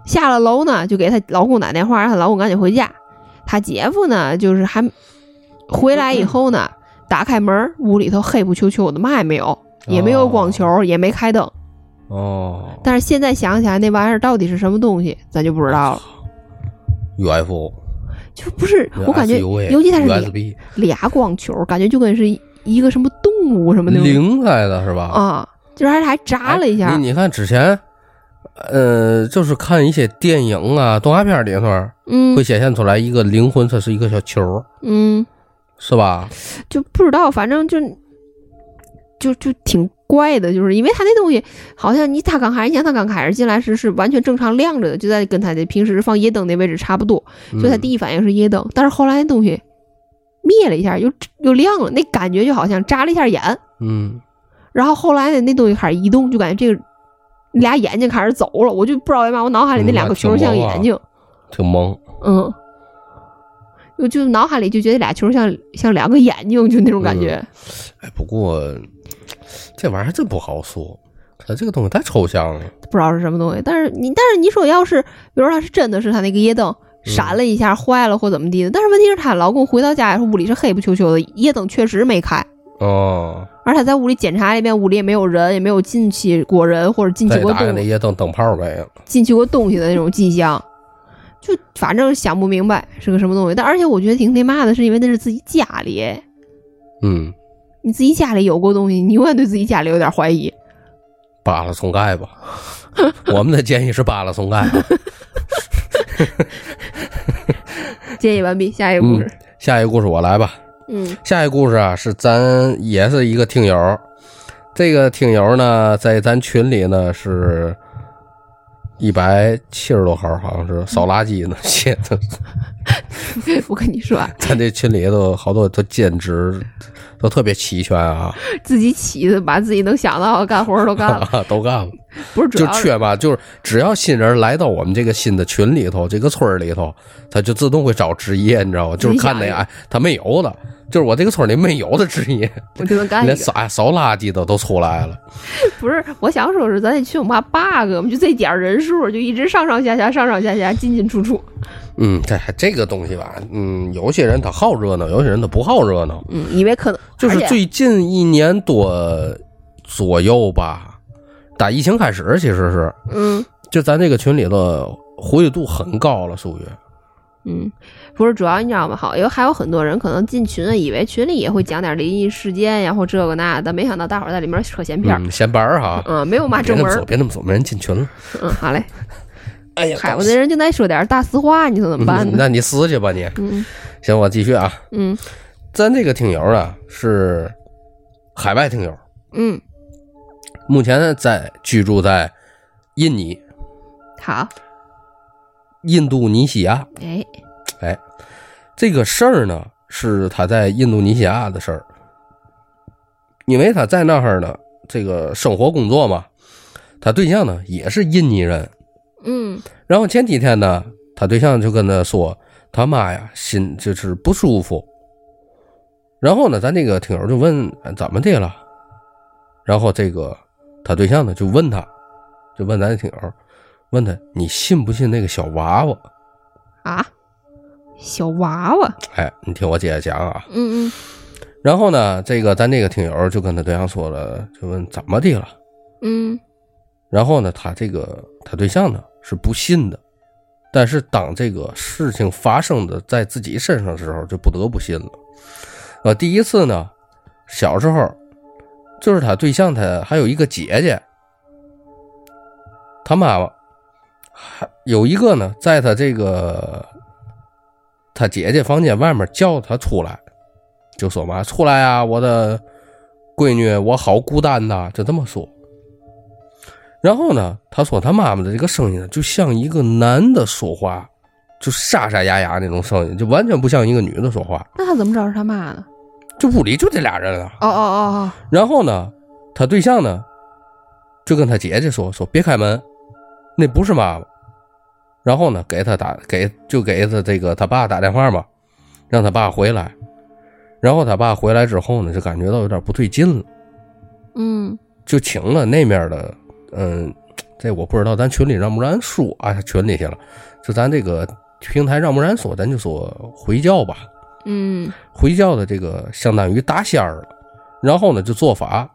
Speaker 2: 下了楼呢，就给她老公打电话，让她老公赶紧回家。她姐夫呢，就是还回来以
Speaker 1: 嗯
Speaker 2: 后呢，打开门，屋里头黑不秋秋的，嘛也没有，也没有光球，也没开灯。
Speaker 1: 哦
Speaker 2: 但是现在想起来，那玩意儿到底是什么东西，咱就不知道了。
Speaker 1: 哦，UFO，
Speaker 2: 就不是，我感觉，
Speaker 1: SUV
Speaker 2: 尤其它是俩
Speaker 1: USB
Speaker 2: 俩光球，感觉就跟是一个什么动物什么那种
Speaker 1: 零来的是吧？哎
Speaker 2: 啊。就是还还炸了一下，
Speaker 1: 你你看之前，呃，就是看一些电影啊、动画片里头儿
Speaker 2: 嗯
Speaker 1: 会显现出来一个灵魂，它是一个小球儿，
Speaker 2: 嗯，
Speaker 1: 是吧？
Speaker 2: 就不知道，反正就就就挺怪的，就是因为他那东西好像你他刚开始，你像他刚开始进来时是完全正常亮着的，就在跟他的平时放夜灯那位置差不多，所以他
Speaker 1: 嗯
Speaker 2: 第一反应是夜灯，但是后来那东西灭了一下，又又亮了，那感觉就好像眨了一下眼，
Speaker 1: 嗯，
Speaker 2: 然后后来呢，那东西开始移动，就感觉这个俩眼睛开始走了，我就不知道为嘛我脑海里那
Speaker 1: 嗯
Speaker 2: 两个
Speaker 1: 那
Speaker 2: 球像
Speaker 1: 挺萌啊
Speaker 2: 眼睛，
Speaker 1: 挺萌。
Speaker 2: 嗯，我就脑海里就觉得俩球像像两个眼睛，就那种感觉。
Speaker 1: 哎，不过这玩意儿还真不好说，它这个东西太抽象了。
Speaker 2: 不知道是什么东西。但是你，但是你说要是，比如说他是真的是他那个夜灯闪了一下坏了或怎么地的，但是问题是她老公回到家以后屋里是黑不秋秋的，夜灯确实没开。
Speaker 1: 哦，
Speaker 2: 而她在屋里检查了一遍，屋里也没有人，也没有进去过人或者进去
Speaker 1: 再
Speaker 2: 过
Speaker 1: 打开
Speaker 2: 动
Speaker 1: 那
Speaker 2: 物
Speaker 1: 夜灯灯泡儿没了。
Speaker 2: 进去过东西的那种迹象，就反正想不明白是个什么东西。但而且我觉得挺那嘛的，是因为那是自己家里，
Speaker 1: 嗯，
Speaker 2: 你自己家里有过东西，你永远对自己家里有点怀疑。
Speaker 1: 扒拉松盖吧。 我们的建议是扒拉松盖、啊。
Speaker 2: 建议完毕，下一个故事。
Speaker 1: 下一个故事我来吧。
Speaker 2: 嗯
Speaker 1: 下一故事啊，是咱也是一个听友，这个听友呢，在咱群里呢是一百七十多号，好像是扫垃圾呢，写的。
Speaker 2: 我跟你说啊，
Speaker 1: 咱这群里头好多都兼职，都特别齐全啊，
Speaker 2: 自己起的，把自己能想到的干活儿都干了，
Speaker 1: 都干了。
Speaker 2: 不是主
Speaker 1: 就
Speaker 2: 要是
Speaker 1: 缺吧，就是只要新人来到我们这个新的群里头，这个村儿里头，他就自动会找职业，你知道吗？就是看那
Speaker 2: 你想
Speaker 1: 哎，他没有的，就是我这个村里没有的职业，
Speaker 2: 我就能干一
Speaker 1: 连
Speaker 2: 个。
Speaker 1: 扫哎扫垃圾的都出来了。
Speaker 2: 不是，我想说是咱这群我妈 bug 嘛，就这点儿人数，就一直上上下下，上上下下，进进出出。
Speaker 1: 嗯，这还这个东西吧，嗯，有些人他好热闹，有些人他不好热闹。
Speaker 2: 嗯，以为可能
Speaker 1: 就是
Speaker 2: 而且
Speaker 1: 最近一年多左右吧，打疫情开始，其实是
Speaker 2: 嗯
Speaker 1: 就咱这个群里头活跃度很高了，属于
Speaker 2: 嗯，不是主要你知道吗？好，有还有很多人可能进群了，以为群里也会讲点灵异事件呀或这个那的，但没想到大伙儿在里面扯闲篇儿。
Speaker 1: 嗯，闲班儿哈。
Speaker 2: 嗯，没有嘛
Speaker 1: 别
Speaker 2: 正
Speaker 1: 那
Speaker 2: 门
Speaker 1: 么
Speaker 2: 儿
Speaker 1: 说，。别那么说，没人进群了。
Speaker 2: 嗯，好嘞。
Speaker 1: 哎呀，
Speaker 2: 嗨，我这人就爱说点大实话，你说怎么办
Speaker 1: 嗯
Speaker 2: 呢？
Speaker 1: 那你撕去吧你。
Speaker 2: 嗯
Speaker 1: 行，我继续啊。
Speaker 2: 嗯
Speaker 1: 咱这个听友啊是海外听友，
Speaker 2: 嗯，
Speaker 1: 目前在居住在印尼、
Speaker 2: 好，
Speaker 1: 印度尼西亚。
Speaker 2: 哎，
Speaker 1: 哎，这个事儿呢是他在印度尼西亚的事儿，因为他在那儿呢，这个生活工作嘛，他对象呢也是印尼人。
Speaker 2: 嗯
Speaker 1: 然后前几天呢，他对象就跟他说，他妈呀，心就是不舒服。然后呢，咱这个听友就问怎么的了，然后这个他对象呢就问他，就问咱这听友，问他你信不信那个小娃娃？
Speaker 2: 啊，小娃娃，
Speaker 1: 哎，你听我姐姐讲啊，
Speaker 2: 嗯嗯
Speaker 1: 然后呢，这个咱这个听友就跟他对象说了，就问怎么的了。
Speaker 2: 嗯。
Speaker 1: 然后呢，他这个他对象呢是不信的，但是当这个事情发生的在自己身上的时候，就不得不信了。呃，第一次呢，小时候就是他对象他还有一个姐姐，他妈妈还有一个呢，在他这个他姐姐房间外面叫他出来，就说嘛出来啊，我的闺女，我好孤单呐、就这么说。然后呢，他说他妈妈的这个声音呢，就像一个男的说话，就沙沙哑哑那种声音，就完全不像一个女的说话。
Speaker 2: 那他怎么知道是他妈呢？
Speaker 1: 就屋里就这俩人啊。
Speaker 2: 哦哦哦
Speaker 1: 然后呢，他对象呢，就跟他姐姐说说别开门，那不是妈妈。然后呢，给他打给就给他这个他爸打电话嘛，让他爸回来。然后他爸回来之后呢，就感觉到有点不对劲了，
Speaker 2: 哦，嗯
Speaker 1: 就请了那面的，嗯，这我不知道咱群里让不让说啊，群里去了，就咱这个平台让不让说，咱就说回教吧。
Speaker 2: 嗯
Speaker 1: 回教的这个相当于搭仙儿了，然后呢就做法，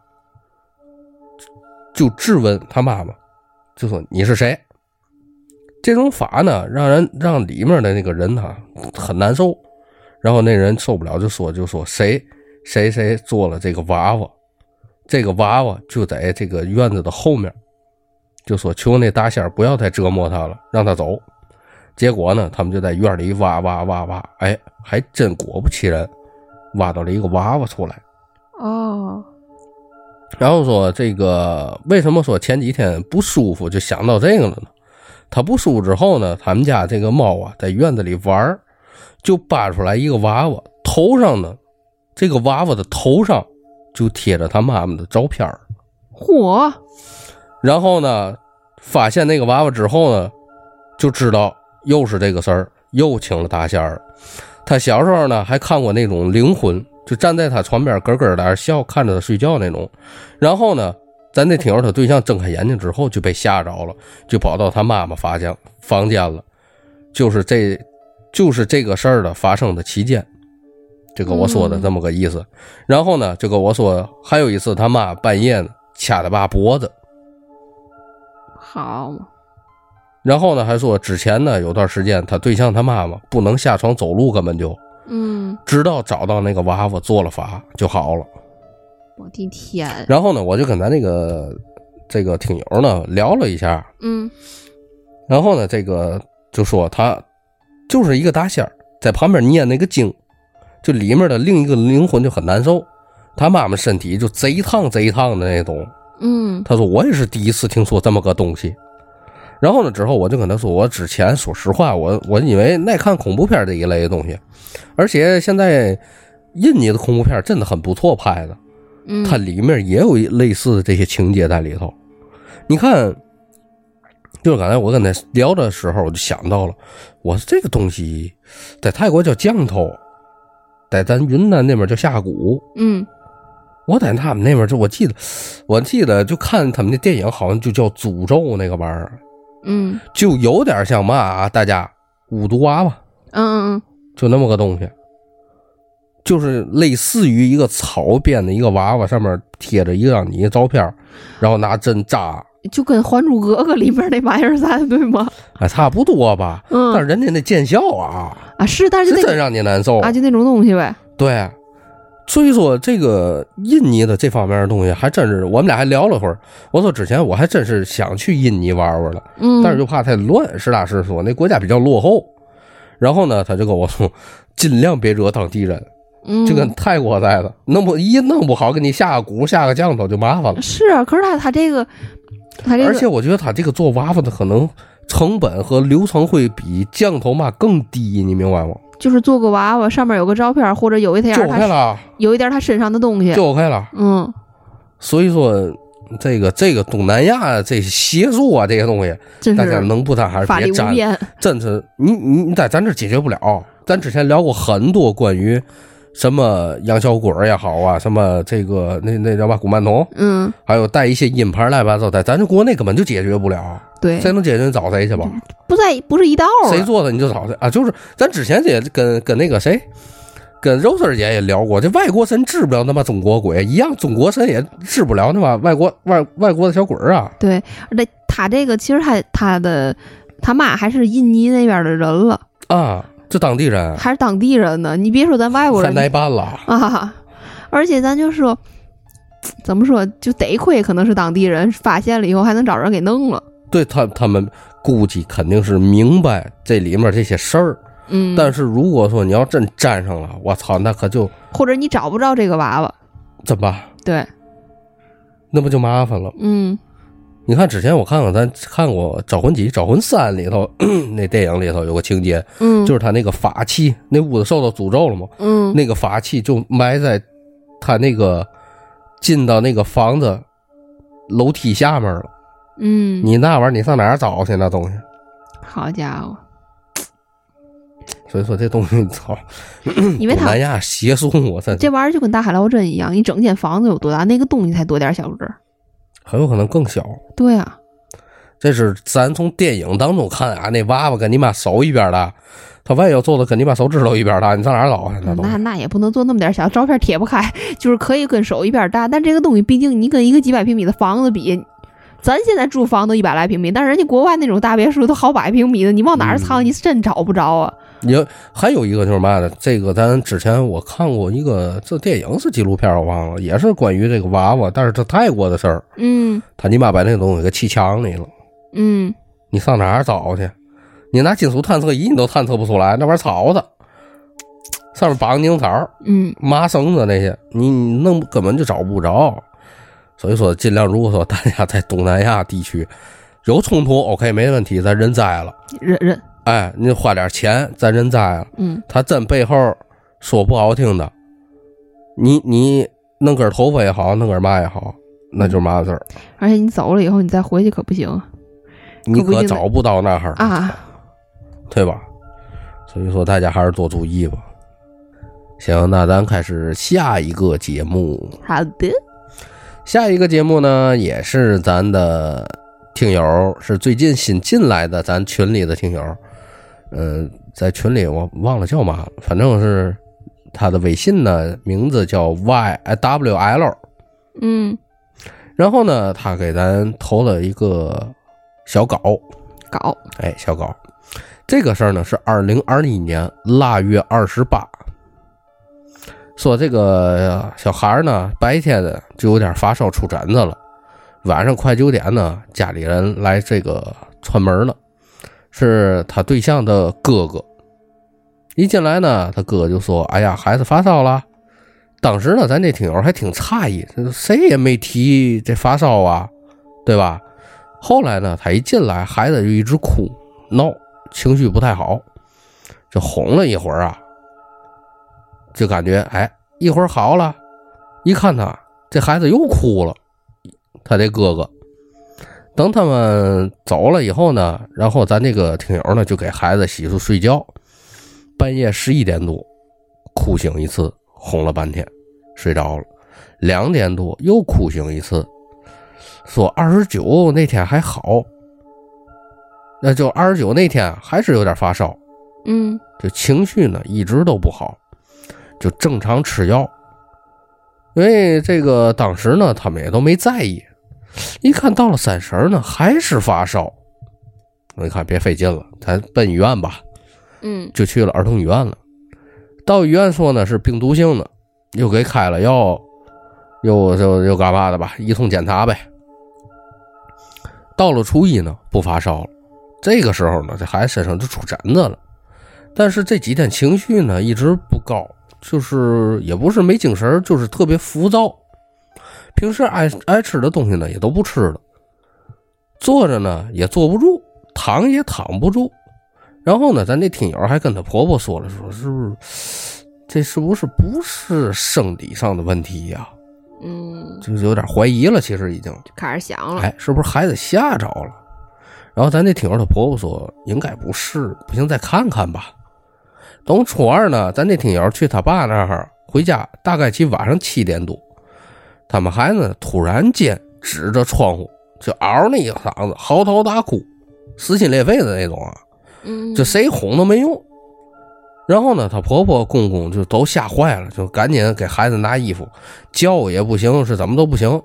Speaker 1: 就质问他妈妈，就说你是谁？这种法呢，让人让里面的那个人哈、很难受，然后那人受不了就说就说谁谁谁做了这个娃娃，这个娃娃就在这个院子的后面，就说求那大仙儿不要再折磨他了，让他走。结果呢，他们就在院里挖挖挖挖，哎，还真果不其然，挖到了一个娃娃出来。
Speaker 2: 哦，
Speaker 1: 然后说这个为什么说前几天不舒服就想到这个了呢？他不舒服之后呢，他们家这个猫啊在院子里玩儿，就扒出来一个娃娃，头上呢，这个娃娃的头上就贴着他妈妈的照片儿。
Speaker 2: 嚯，
Speaker 1: 然后呢，发现那个娃娃之后呢，就知道又是这个事儿，又请了大仙儿。他小时候呢还看过那种灵魂，就站在他床边咯咯在那笑，看着他睡觉那种。然后呢，咱这听友他对象睁开眼睛之后就被吓着了，就跑到他妈妈房间房间了。就是这，就是这个事儿的发生的期间，这个我说的
Speaker 2: 嗯
Speaker 1: 这么个意思。然后呢，就跟我说还有一次他妈半夜呢掐他爸脖子，
Speaker 2: 好嘛，
Speaker 1: 然后呢，还说之前呢有段时间他对象他妈妈不能下床走路，根本就
Speaker 2: 嗯，
Speaker 1: 直到找到那个娃娃做了法就好了。
Speaker 2: 我的天，
Speaker 1: 然后呢，我就跟咱这个这个听友呢聊了一下，
Speaker 2: 嗯
Speaker 1: 然后呢，这个就说他就是一个大仙儿在旁边念那个经，就里面的另一个灵魂就很难受，他妈妈身体就贼烫贼烫的那种。
Speaker 2: 嗯
Speaker 1: 他说我也是第一次听说这么个东西。然后呢，之后我就跟他说，我之前说实话，我我因为爱看恐怖片这一类的东西，而且现在印尼的恐怖片真的很不错拍的，
Speaker 2: 嗯，
Speaker 1: 它里面也有类似的这些情节在里头。你看，就是刚才我跟他聊的时候，我就想到了，我说这个东西在泰国叫降头，在咱云南那边叫下蛊，
Speaker 2: 嗯
Speaker 1: 我在他们那边就我记得，我记得就看他们的电影，好像就叫诅咒那个玩意儿，
Speaker 2: 嗯
Speaker 1: 就有点像嘛啊，大家五毒娃娃，
Speaker 2: 嗯嗯
Speaker 1: 就那么个东西，就是类似于一个草编的一个娃娃，上面贴着一张你的照片，然后拿针扎，
Speaker 2: 嗯，就跟《还珠格格》里面那玩意儿咱对吗？
Speaker 1: 啊，差不多吧。
Speaker 2: 嗯
Speaker 1: 但是人家那见效啊，
Speaker 2: 啊是，但是
Speaker 1: 是
Speaker 2: 就那
Speaker 1: 真让你难受
Speaker 2: 啊就那种东西呗，
Speaker 1: 对，所以说这个印尼的这方面的东西还真是，我们俩还聊了会儿。我说之前我还真是想去印尼玩玩的，
Speaker 2: 嗯，
Speaker 1: 但是就怕太乱，实打实说，那国家比较落后。然后呢，他就跟我说，尽量别惹当地人，
Speaker 2: 嗯
Speaker 1: 就跟泰国在的，弄不一弄不好给你下个蛊、下个降头就麻烦了。
Speaker 2: 是啊，可是他他这个他这
Speaker 1: 而且
Speaker 2: 个
Speaker 1: 我觉得他这个做娃娃的可能成本和流程会比降头嘛更低，你明白吗？
Speaker 2: 就是做个娃娃，上面有个照片，或者有一点
Speaker 1: 就
Speaker 2: 儿
Speaker 1: OK
Speaker 2: 啊他
Speaker 1: 了，
Speaker 2: 有一点儿他身上的东西，
Speaker 1: 就 OK 了。
Speaker 2: 嗯
Speaker 1: 所以说，这个这个东南亚这邪术啊这些东西，
Speaker 2: 真
Speaker 1: 大家
Speaker 2: 是
Speaker 1: 能不沾还是
Speaker 2: 法
Speaker 1: 别
Speaker 2: 力无
Speaker 1: 沾。
Speaker 2: 边，
Speaker 1: 真是你你你在咱这儿解决不了。咱之前聊过很多关于什么养小鬼儿也好啊，什么这个那那叫嘛古曼童，
Speaker 2: 嗯
Speaker 1: 还有带一些阴牌乱七八糟，在咱这国内根本就解决不了。
Speaker 2: 对，
Speaker 1: 谁能解决你找谁去吧？
Speaker 2: 不在不是一道儿
Speaker 1: 谁
Speaker 2: 啊，
Speaker 1: 做的你就找谁啊！就是咱之前也跟跟那个谁。跟 Rose 姐也聊过，这外国神治不了他妈中国鬼，一样中国神也治不了他妈外国外外国的小鬼儿啊！
Speaker 2: 对，而且他这个其实他他的他妈还是印尼那边的人了，
Speaker 1: 啊，这当地人
Speaker 2: 还是当地人呢，你别说咱外国
Speaker 1: 太
Speaker 2: 人
Speaker 1: 难办了。
Speaker 2: 啊，而且咱就说。怎么说？就得亏可能是当地人发现了以后，还能找人给弄了。
Speaker 1: 对他他们估计肯定是明白这里面这些事儿，
Speaker 2: 嗯，
Speaker 1: 但是如果说你要真沾上了，我操，那可就
Speaker 2: 或者你找不着这个娃娃，
Speaker 1: 怎么办？
Speaker 2: 对，
Speaker 1: 那不就麻烦了？
Speaker 2: 嗯
Speaker 1: 你看之前我看看咱看过《招魂几》《招魂三》里头 那电影里头有个情节，
Speaker 2: 嗯，
Speaker 1: 就是他那个法器，那屋子受到诅咒了嘛，
Speaker 2: 嗯，
Speaker 1: 那个法器就埋在他那个进到那个房子楼梯下面了。
Speaker 2: 嗯，
Speaker 1: 你那玩意儿你上哪儿找去那东西？
Speaker 2: 好家伙，
Speaker 1: 所以说这东西，操，
Speaker 2: 因为
Speaker 1: 东
Speaker 2: 他
Speaker 1: 南亚邪术，我真
Speaker 2: 这玩意儿就跟大海捞针一样，你整间房子有多大，那个东西才多点儿小个儿。
Speaker 1: 很有可能更小。
Speaker 2: 对啊，
Speaker 1: 这是咱从电影当中看啊，那娃娃跟你妈手一边大，他万一要做的跟你妈手指头一边大，你上哪儿找去？那东
Speaker 2: 那
Speaker 1: 西
Speaker 2: 那也不能做那么点儿小，照片贴不开，就是可以跟手一边儿大，但这个东西毕竟你跟一个几百平米的房子比。咱现在住房都一百来平米，但是人家国外那种大别墅都好百平米的，你往哪儿藏？你真找不着啊！
Speaker 1: 也还有一个就是嘛的，这个咱之前我看过一个，这电影是纪录片，我忘了，也是关于这个娃娃，但是这泰国的事儿，
Speaker 2: 嗯
Speaker 1: 他你妈把那个东西给砌墙里了，
Speaker 2: 嗯，
Speaker 1: 你上哪儿找去？你拿金属探测仪你都探测不出来，那玩意儿草的，上面绑拧草儿、
Speaker 2: 嗯
Speaker 1: 麻绳子那些，你你弄根本就找不着。所以说，尽量如果说大家在东南亚地区有冲突，OK 没问题，咱人栽了，
Speaker 2: 忍忍，
Speaker 1: 哎，你花点钱，咱人栽了。
Speaker 2: 嗯
Speaker 1: 他真背后说不好听的，你你弄根头发也好，弄根嘛也好，那就是嘛事儿，
Speaker 2: 而且你走了以后，你再回去可不行啊
Speaker 1: 你
Speaker 2: 可不一
Speaker 1: 可
Speaker 2: 定
Speaker 1: 找不到那哈儿，
Speaker 2: 啊！
Speaker 1: 对吧？所以说大家还是多注意吧。行，那咱开始下一个节目。
Speaker 2: 好的，
Speaker 1: 下一个节目呢，也是咱的听友，是最近新进来的咱群里的听友。嗯、在群里我忘了叫嘛，反正是他的微信呢，名字叫 Y 哎 W L。
Speaker 2: 嗯，
Speaker 1: 然后呢，他给咱投了一个小稿，
Speaker 2: 搞，
Speaker 1: 哎，小稿。这个事儿呢是二零二一年腊月二十八，说这个呃小孩儿呢白天呢就有点发烧出疹子了，晚上快九点呢家里人来这个串门了，是他对象的哥哥。一进来呢，他哥就说：“哎呀，孩子发烧了。”当时呢，咱这听友还挺诧异，这谁也没提这发烧啊，对吧？后来呢，他一进来，孩子就一直哭闹，情绪不太好，这哄了一会儿啊，就感觉哎，一会儿好了，一看他这孩子又哭了，他这哥哥。等他们走了以后呢，然后咱这个听友呢就给孩子洗漱睡觉，半夜十一点多哭醒一次，哄了半天，睡着了，两点多又哭醒一次，说二十九那天还好，那就二十九那天还是有点发烧，
Speaker 2: 嗯
Speaker 1: 就情绪呢一直都不好，就正常吃药。因为这个当时呢，他们也都没在意，一看到了三十儿呢，还是发烧。我一看别费劲了，咱奔医院吧，
Speaker 2: 嗯
Speaker 1: 就去了儿童医院了。到医院说呢是病毒性的，又给开了药，又又又干嘛的吧，一通检查呗。到了初一呢，不发烧了。这个时候呢，这孩子身上就出疹子了，但是这几天情绪呢一直不高，就是也不是没精神儿，就是特别浮躁。平时爱爱吃的东西呢也都不吃了，坐着呢也坐不住，躺也躺不住，然后呢，咱这听友还跟她婆婆说了，说是不是这是不是不是生理上的问题呀、
Speaker 2: 嗯，
Speaker 1: 就是有点怀疑了，其实已经，
Speaker 2: 就开始想了，
Speaker 1: 哎，是不是孩子吓着了？然后咱这听友她婆婆说，应该不是，不行，再看看吧。等初二呢，咱这听友去他爸那儿回家，大概其晚上七点多，他们孩子突然间指着窗户就嗷那一嗓子，嚎啕大哭，撕心裂肺的那种啊。
Speaker 2: 嗯，
Speaker 1: 就谁哄都没用。然后呢，她婆婆、公公就都吓坏了，就赶紧给孩子拿衣服，叫也不行，是怎么都不行。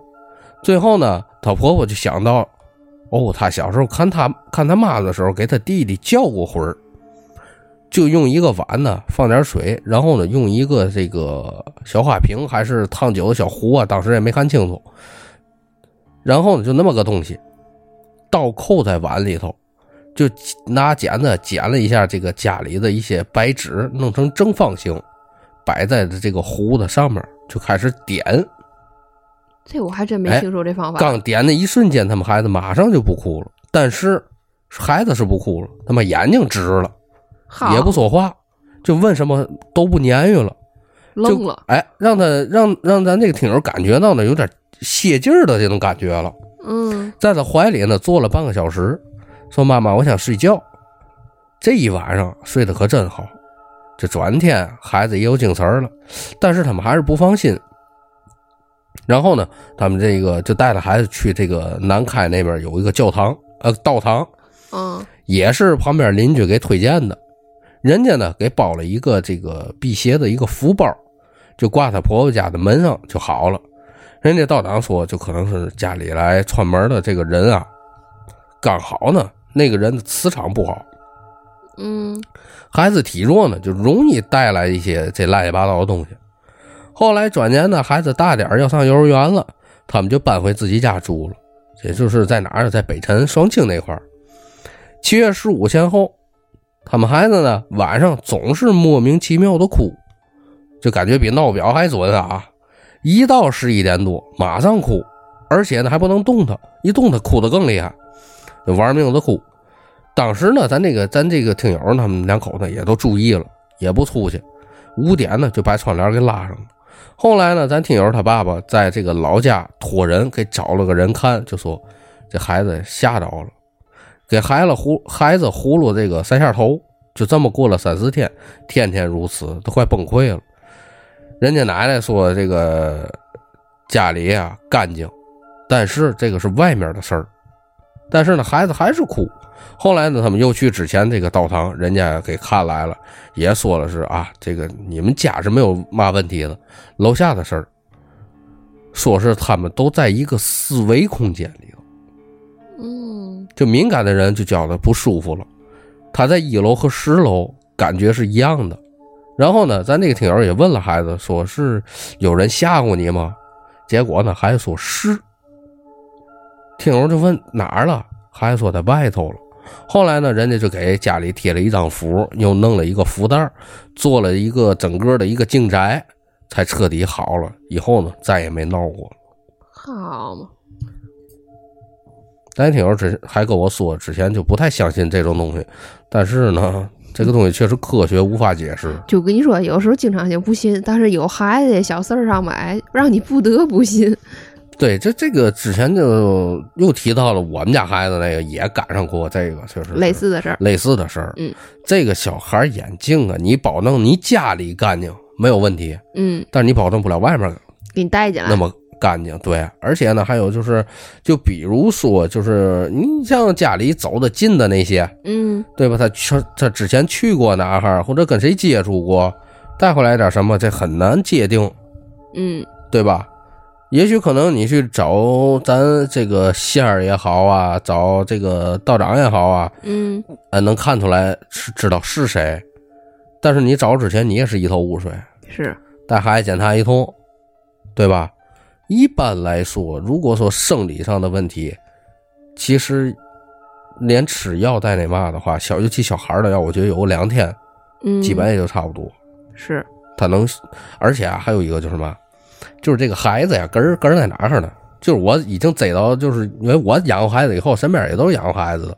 Speaker 1: 最后呢，她婆婆就想到，哦，她小时候看她看她妈的时候，给她弟弟叫过魂儿，就用一个碗呢放点水，然后呢用一个这个小花瓶还是烫酒的小壶啊，当时也没看清楚，然后呢就那么个东西，倒扣在碗里头，就拿剪子剪了一下这个家里的一些白纸，弄成正方形，摆在这个壶的上面，就开始点。
Speaker 2: 这我还真没
Speaker 1: 哎
Speaker 2: 听说这方法，
Speaker 1: 刚点的一瞬间，他们孩子马上就不哭了，但是孩子是不哭了，他妈眼睛直了，
Speaker 2: 好，
Speaker 1: 也不说话，就问什么都不言语了，就
Speaker 2: 愣了，
Speaker 1: 哎，让他让让咱这个听友感觉到呢，有点泄劲儿的这种感觉了。
Speaker 2: 嗯
Speaker 1: 在他怀里呢坐了半个小时，说：“妈妈，我想睡觉。”这一晚上睡得可真好，这转天孩子也有精神儿了，但是他们还是不放心。然后呢，他们这个就带着孩子去这个南开那边有一个教堂，呃，道堂
Speaker 2: 嗯
Speaker 1: 也是旁边邻居给推荐的，人家呢给包了一个这个辟邪的一个福包，就挂他婆婆家的门上就好了。人家道长说，就可能是家里来串门的这个人啊，刚好呢那个人的磁场不好，
Speaker 2: 嗯
Speaker 1: 孩子体弱呢，就容易带来一些这乱七八糟的东西。后来转年呢，孩子大点儿要上幼儿园了，他们就搬回自己家住了，也就是在哪儿呢，在北辰双庆那块儿。七月十五前后，他们孩子呢晚上总是莫名其妙的哭，就感觉比闹表还准啊！一到十一点多，马上哭，而且呢还不能动他，一动他哭得更厉害，就玩命的哭。当时呢，咱这个咱这个听友他们两口子也都注意了，也不出去。五点呢就把窗帘给拉上了。后来呢，咱听友他爸爸在这个老家托人给找了个人看，就说这孩子吓着了，给孩子葫孩子葫芦这个三下头。就这么过了三四天，天天如此，都快崩溃了。人家奶奶说这个家里啊干净，但是这个是外面的事儿。但是呢，孩子还是哭。后来呢，他们又去之前这个道堂，人家给看来了，也说了是啊，这个你们家是没有嘛问题的，楼下的事儿，说是他们都在一个四维空间里头，
Speaker 2: 嗯
Speaker 1: 就敏感的人就觉得不舒服了。他在一楼和十楼感觉是一样的。然后呢，咱这个听友也问了孩子，说是有人吓唬你吗？结果呢，孩子说是。听友就问哪儿了，孩子说在外头了。后来呢，人家就给家里贴了一张符，又弄了一个符袋儿，做了一个整个的一个净宅，才彻底好了。以后呢，再也没闹过了。
Speaker 2: 好嘛，
Speaker 1: 咱听友之还跟我说，之前就不太相信这种东西，但是呢，这个东西确实科学无法解释。
Speaker 2: 就跟你说，有时候经常性不信，但是有孩子的小事儿上吧，哎，让你不得不信。
Speaker 1: 对，这这个之前就又提到了，我们家孩子那个也赶上过这个，确实是
Speaker 2: 类似的事儿，
Speaker 1: 类似的事儿。
Speaker 2: 嗯，
Speaker 1: 这个小孩眼镜啊，你保证你家里干净没有问题，
Speaker 2: 嗯，
Speaker 1: 但是你保证不了外面
Speaker 2: 给你带进来
Speaker 1: 那。么干净。对，啊而且呢，还有就是，就比如说，就是你像家里走得近的那些，
Speaker 2: 嗯
Speaker 1: 对吧？他去他之前去过哪哈，或者跟谁接触过，带回来点什么，这很难界定，
Speaker 2: 嗯
Speaker 1: 对吧？也许可能你去找咱这个仙儿也好啊，找这个道长也好啊，
Speaker 2: 嗯，
Speaker 1: 呃，能看出来是知道是谁，但是你找之前你也是一头雾水，
Speaker 2: 是，
Speaker 1: 带孩子检查一通，对吧？一般来说，如果说生理上的问题，其实连吃药带那嘛的话，小尤其小孩儿的药，我觉得有个两天，
Speaker 2: 嗯，
Speaker 1: 基本也就差不多。
Speaker 2: 是，
Speaker 1: 他能，而且啊，还有一个就是嘛，就是这个孩子呀，根儿根儿在哪儿呢？就是我已经逮到，就是因为我养过孩子以后，身边也都是养过孩子的。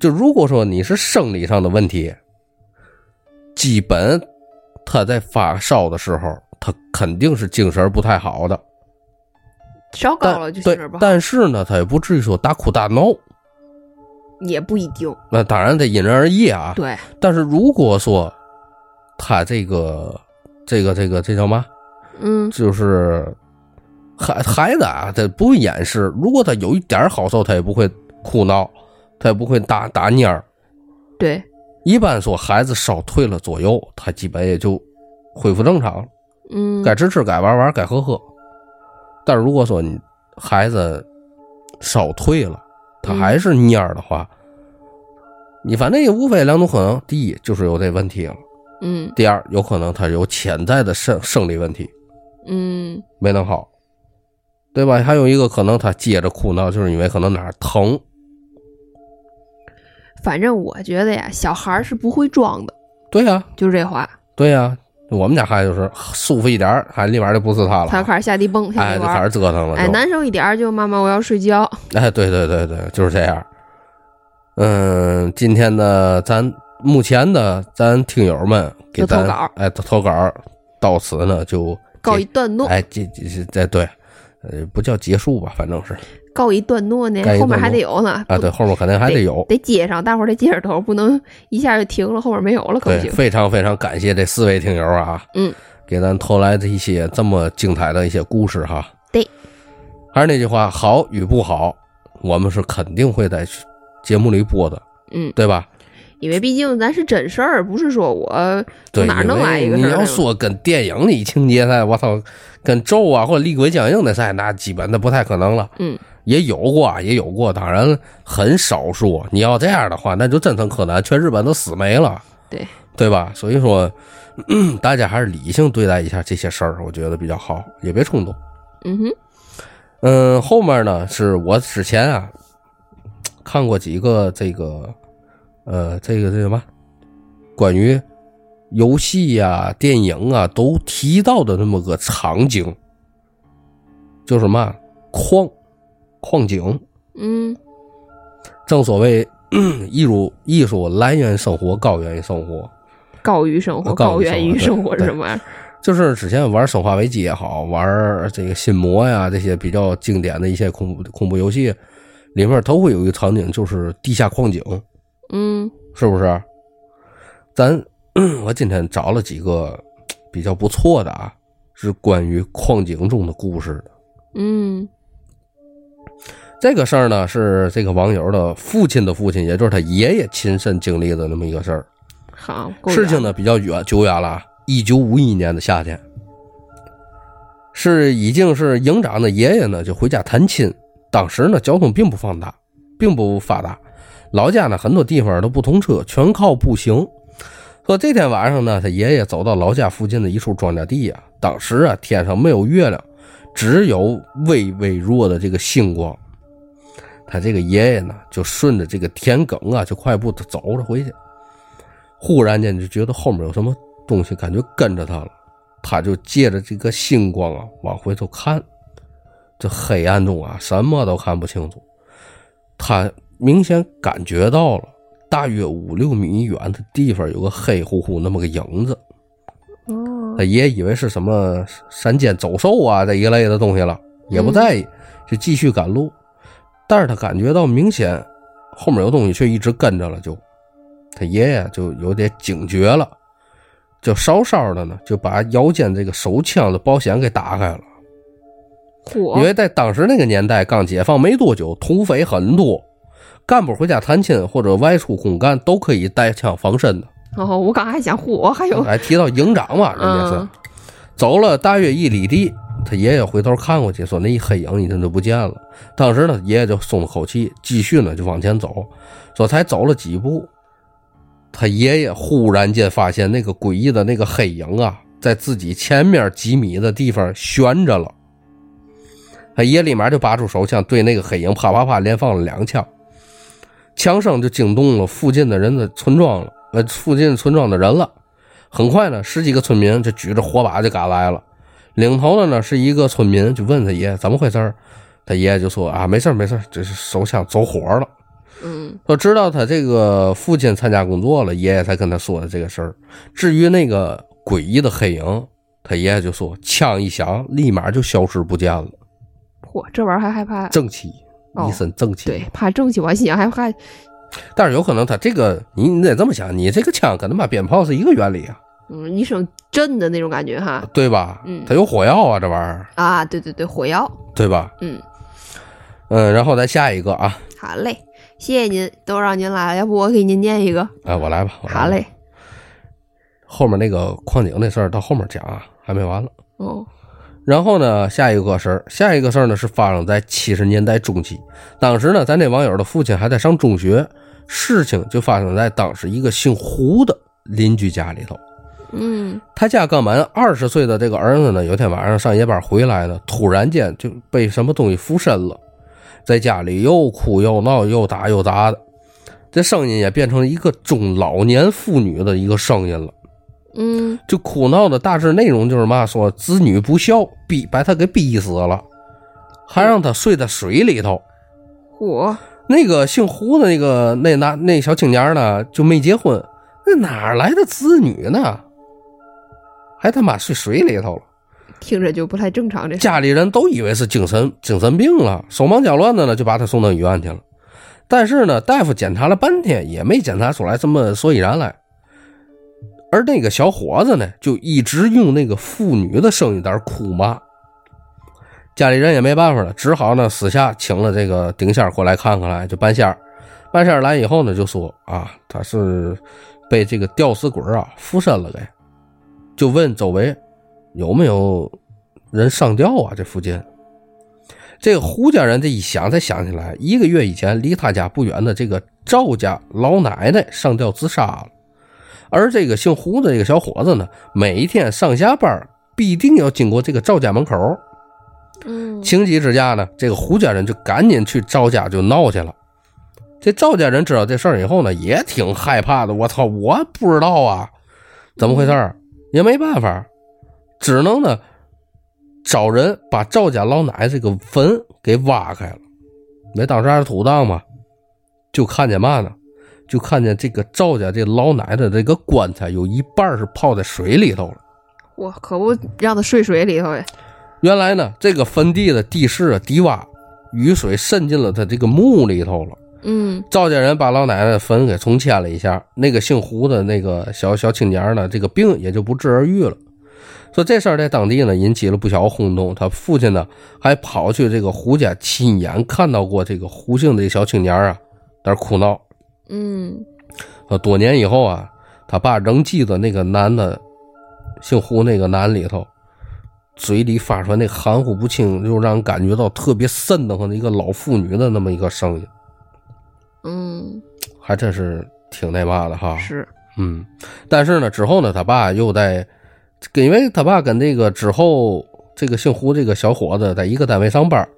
Speaker 1: 就如果说你是生理上的问题，基本他在发烧的时候，他肯定是精神不太好的。
Speaker 2: 烧高
Speaker 1: 但
Speaker 2: 了就
Speaker 1: 对
Speaker 2: 信儿不，好，
Speaker 1: 但是呢，他也不至于说大哭大闹。
Speaker 2: 也不一定。
Speaker 1: 那当然得因人而异啊。
Speaker 2: 对，
Speaker 1: 但是如果说他这个这个这个这叫嘛？
Speaker 2: 嗯
Speaker 1: 就是孩孩子啊，他不会掩饰。如果他有一点儿好受，他也不会哭闹，他也不会打打蔫儿。
Speaker 2: 对，
Speaker 1: 一般说，孩子烧退了左右，他基本也就恢复正常了，
Speaker 2: 嗯，
Speaker 1: 该吃吃，该玩玩，该喝喝。但如果说你孩子烧退了，他还是蔫儿的话，你反正也无非两种可能：第一，就是有这问题了；
Speaker 2: 嗯
Speaker 1: 第二，有可能他有潜在的生生理问题。
Speaker 2: 嗯
Speaker 1: 没弄好，对吧？还有一个可能他接着哭闹，就是因为可能哪儿疼。
Speaker 2: 反正我觉得呀，小孩儿是不会装的，
Speaker 1: 对呀、
Speaker 2: 就是这话。
Speaker 1: 对呀、我们家孩子就是舒服一点儿，还立马就不是他了，
Speaker 2: 他就开始下地蹦，下
Speaker 1: 哎，
Speaker 2: 地
Speaker 1: 就
Speaker 2: 玩
Speaker 1: 开
Speaker 2: 儿。
Speaker 1: 始折腾了。
Speaker 2: 哎，
Speaker 1: 就
Speaker 2: 难受一点儿就妈妈我要睡觉。
Speaker 1: 哎，对对对对，就是这样。嗯，今天呢，咱目前的咱听友们给
Speaker 2: 就投
Speaker 1: 咱
Speaker 2: 稿
Speaker 1: 哎投稿儿，到此呢就
Speaker 2: 告
Speaker 1: 结
Speaker 2: 一段落，
Speaker 1: 哎，这这这这对，呃，不叫结束吧，反正是
Speaker 2: 告一段落呢
Speaker 1: 该一段，落
Speaker 2: 后面还得有呢。
Speaker 1: 啊，
Speaker 2: 不
Speaker 1: 对，，后面肯定还得有。
Speaker 2: 得接上，大伙儿得接着头，不能一下就停了，后面没有了可不
Speaker 1: 对，
Speaker 2: 行。
Speaker 1: 非常非常感谢这四位听友啊，
Speaker 2: 嗯，
Speaker 1: 给咱投来的一些这么精彩的一些故事哈。
Speaker 2: 对，
Speaker 1: 还是那句话，好与不好，我们是肯定会在节目里播的，
Speaker 2: 嗯，
Speaker 1: 对吧？
Speaker 2: 因为毕竟咱是真事儿，不是说我
Speaker 1: 对，
Speaker 2: 哪儿弄来一
Speaker 1: 因
Speaker 2: 个
Speaker 1: 为
Speaker 2: 事
Speaker 1: 你
Speaker 2: 儿
Speaker 1: 要
Speaker 2: 呢
Speaker 1: 说跟电影里情节赛，我操，跟咒啊或者厉鬼僵硬的赛，那基本的不太可能了。
Speaker 2: 嗯，
Speaker 1: 也有过啊，也有过，当然很少数。你要这样的话，那就真成柯南，全日本都死没了，
Speaker 2: 对
Speaker 1: 对吧？所以说，咳大家还是理性对待一下这些事儿，我觉得比较好，也别冲动。
Speaker 2: 嗯哼，
Speaker 1: 嗯，后面呢是我之前啊看过几个这个呃这个这什么关于游戏呀、电影啊都提到的那么个场景，就是嘛矿矿井，
Speaker 2: 嗯
Speaker 1: 正所谓 艺术艺术来源生活，高源于生活。
Speaker 2: 高于生活，
Speaker 1: 啊高于
Speaker 2: 源于
Speaker 1: 生
Speaker 2: 生
Speaker 1: 活
Speaker 2: 活
Speaker 1: 对
Speaker 2: 是什么玩意儿？
Speaker 1: 就是之前玩《生化危机》也好，玩这个《心魔》呀，这些比较经典的一些恐怖恐怖游戏，里面都会有一个场景，就是地下矿井，
Speaker 2: 嗯
Speaker 1: 是不是？咱 我今天找了几个比较不错的啊，是关于矿井中的故事的。
Speaker 2: 嗯
Speaker 1: 这个事儿呢，是这个网友的父亲的父亲，也就是他爷爷亲身经历的那么一个事儿。
Speaker 2: 好，够
Speaker 1: 事
Speaker 2: 远
Speaker 1: 情呢比较远久远了，一九五一年的夏天，是已经是营长的爷爷呢就回家探亲，当时呢交通并不放达，并不发达，老家呢很多地方都不通车，全靠步行。说这天晚上呢，他爷爷走到老家附近的一处庄稼地啊，当时啊天上没有月亮，只有微微弱的这个星光。他这个爷爷呢，就顺着这个田埂啊，就快步的走着回去。忽然间就觉得后面有什么东西，感觉跟着他了，他就借着这个星光啊往回头看，这黑暗中啊什么都看不清楚，他明显感觉到了，大约五六米远的地方有个黑乎乎那么个影子，
Speaker 2: 哦
Speaker 1: 他也以为是什么山间走兽啊这一类的东西了，也不在意，就继续赶路。但是他感觉到明显后面有东西，却一直跟着了就，他爷爷就有点警觉了，就稍稍的呢就把腰间这个手枪的保险给打开了，
Speaker 2: 火
Speaker 1: 因为在当时那个年代刚解放没多久，土匪很多，干部回家探亲或者外出公干都可以带枪防身的。
Speaker 2: 哦，我刚还想火，还有
Speaker 1: 哎，提到营长嘛，人家是。
Speaker 2: 嗯
Speaker 1: 走了大约一里地，他爷爷回头看过去，说那一黑影已经就不见了。当时呢，爷爷就松了口气，继续呢就往前走。说才走了几步，他爷爷忽然间发现那个诡异的那个黑影啊，在自己前面几米的地方悬着了。他爷立马就拔出手枪，对那个黑影啪啪啪连放了两枪，枪声就惊动了附近的人的村庄了，呃，附近村庄的人了。很快呢，十几个村民就举着火把就赶来了。领头的呢是一个村民，就问他爷爷怎么回事儿。他爷爷就说啊，没事儿没事儿，这是手枪走火了。
Speaker 2: 嗯
Speaker 1: 说知道他这个父亲参加工作了，爷爷才跟他说的这个事儿。至于那个诡异的黑影，他爷爷就说枪一响，立马就消失不见了。
Speaker 2: 火，这玩意儿还害怕
Speaker 1: 正气，
Speaker 2: 哦
Speaker 1: 一身正气。
Speaker 2: 对怕正气，我还心想还怕
Speaker 1: 但是有可能他这个你你得这么想，你这个枪跟他妈鞭炮是一个原理啊，
Speaker 2: 嗯一声震的那种感觉哈
Speaker 1: 对吧？
Speaker 2: 嗯
Speaker 1: 它有火药啊，这玩意儿，
Speaker 2: 啊，对对对，火药，
Speaker 1: 对吧？
Speaker 2: 嗯，
Speaker 1: 嗯，然后咱下一个啊，
Speaker 2: 好嘞，谢谢您，都让您来了，要不我给您念一个，
Speaker 1: 啊，我来吧。我来吧
Speaker 2: 好。嘞，
Speaker 1: 后面那个矿井那事儿到后面讲啊，还没完了。
Speaker 2: 哦，
Speaker 1: 然后呢，下一个事儿，下一个事儿呢是发生在七十年代中期，当时呢，咱这网友的父亲还在上中学，事情就发生在当时一个姓胡的邻居家里头。
Speaker 2: 嗯
Speaker 1: 他家刚满二十岁的这个儿子呢，有天晚上上夜班回来呢，突然间就被什么东西附身了，在家里又哭又闹又打又砸的，这声音也变成一个中老年妇女的一个声音了。
Speaker 2: 嗯，
Speaker 1: 就哭闹的大致内容就是嘛，说子女不孝，逼把他给逼死了，还让他睡在水里头。
Speaker 2: 火，
Speaker 1: 那个姓胡的那个那那那小青年呢，就没结婚，那哪儿来的子女呢？还他妈睡水里头了，
Speaker 2: 听着就不太正常这事，
Speaker 1: 家里人都以为是精神精神病了，手忙脚乱的呢，就把他送到医院去了。但是呢，大夫检查了半天也没检查出来什么所以然来。而那个小伙子呢，就一直用那个妇女的声音在那儿哭骂，家里人也没办法了，只好呢私下请了这个丁仙儿过来看看来，就半仙儿。半仙儿来以后呢，就说啊，他是被这个吊死鬼儿啊附身了给，就问周围有没有人上吊啊这附近。这个胡家人这一想才想起来，一个月以前离他家不远的这个赵家老奶奶上吊自杀了，而这个姓胡的这个小伙子呢，每一天上下班必定要经过这个赵家门口。
Speaker 2: 嗯
Speaker 1: 情急之下呢，这个胡家人就赶紧去赵家就闹去了。这赵家人知道这事儿以后呢，也挺害怕的。我操，我不知道啊，怎么回事儿？也没办法，只能呢找人把赵家老奶奶这个坟给挖开了。那当时还是土葬嘛，就看见嘛呢？就看见这个赵家这老奶奶的这个棺材有一半儿是泡在水里头了。
Speaker 2: 我可不让他睡水里头呀。
Speaker 1: 原来呢，这个坟地的地势啊低洼，雨水渗进了他这个墓里头了。
Speaker 2: 嗯
Speaker 1: 赵家人把老奶奶的坟给重迁了一下，那个姓胡的那个小小青年呢，这个病也就不治而愈了。说这事儿在当地呢引起了不小轰动，他父亲呢还跑去这个胡家亲眼看到过这个胡姓的这小青年啊，在那儿哭闹。
Speaker 2: 嗯
Speaker 1: 呃，多年以后啊，他爸仍记得那个男的，姓胡那个男里头，嘴里发出来那含糊不清，就让人感觉到特别瘆得慌的一个老妇女的那么一个声音，
Speaker 2: 嗯，
Speaker 1: 还真是挺那嘛的哈。
Speaker 2: 是
Speaker 1: 嗯，但是呢，之后呢，他爸又在，跟因为他爸跟这个之后这个姓胡这个小伙子在一个单位上班，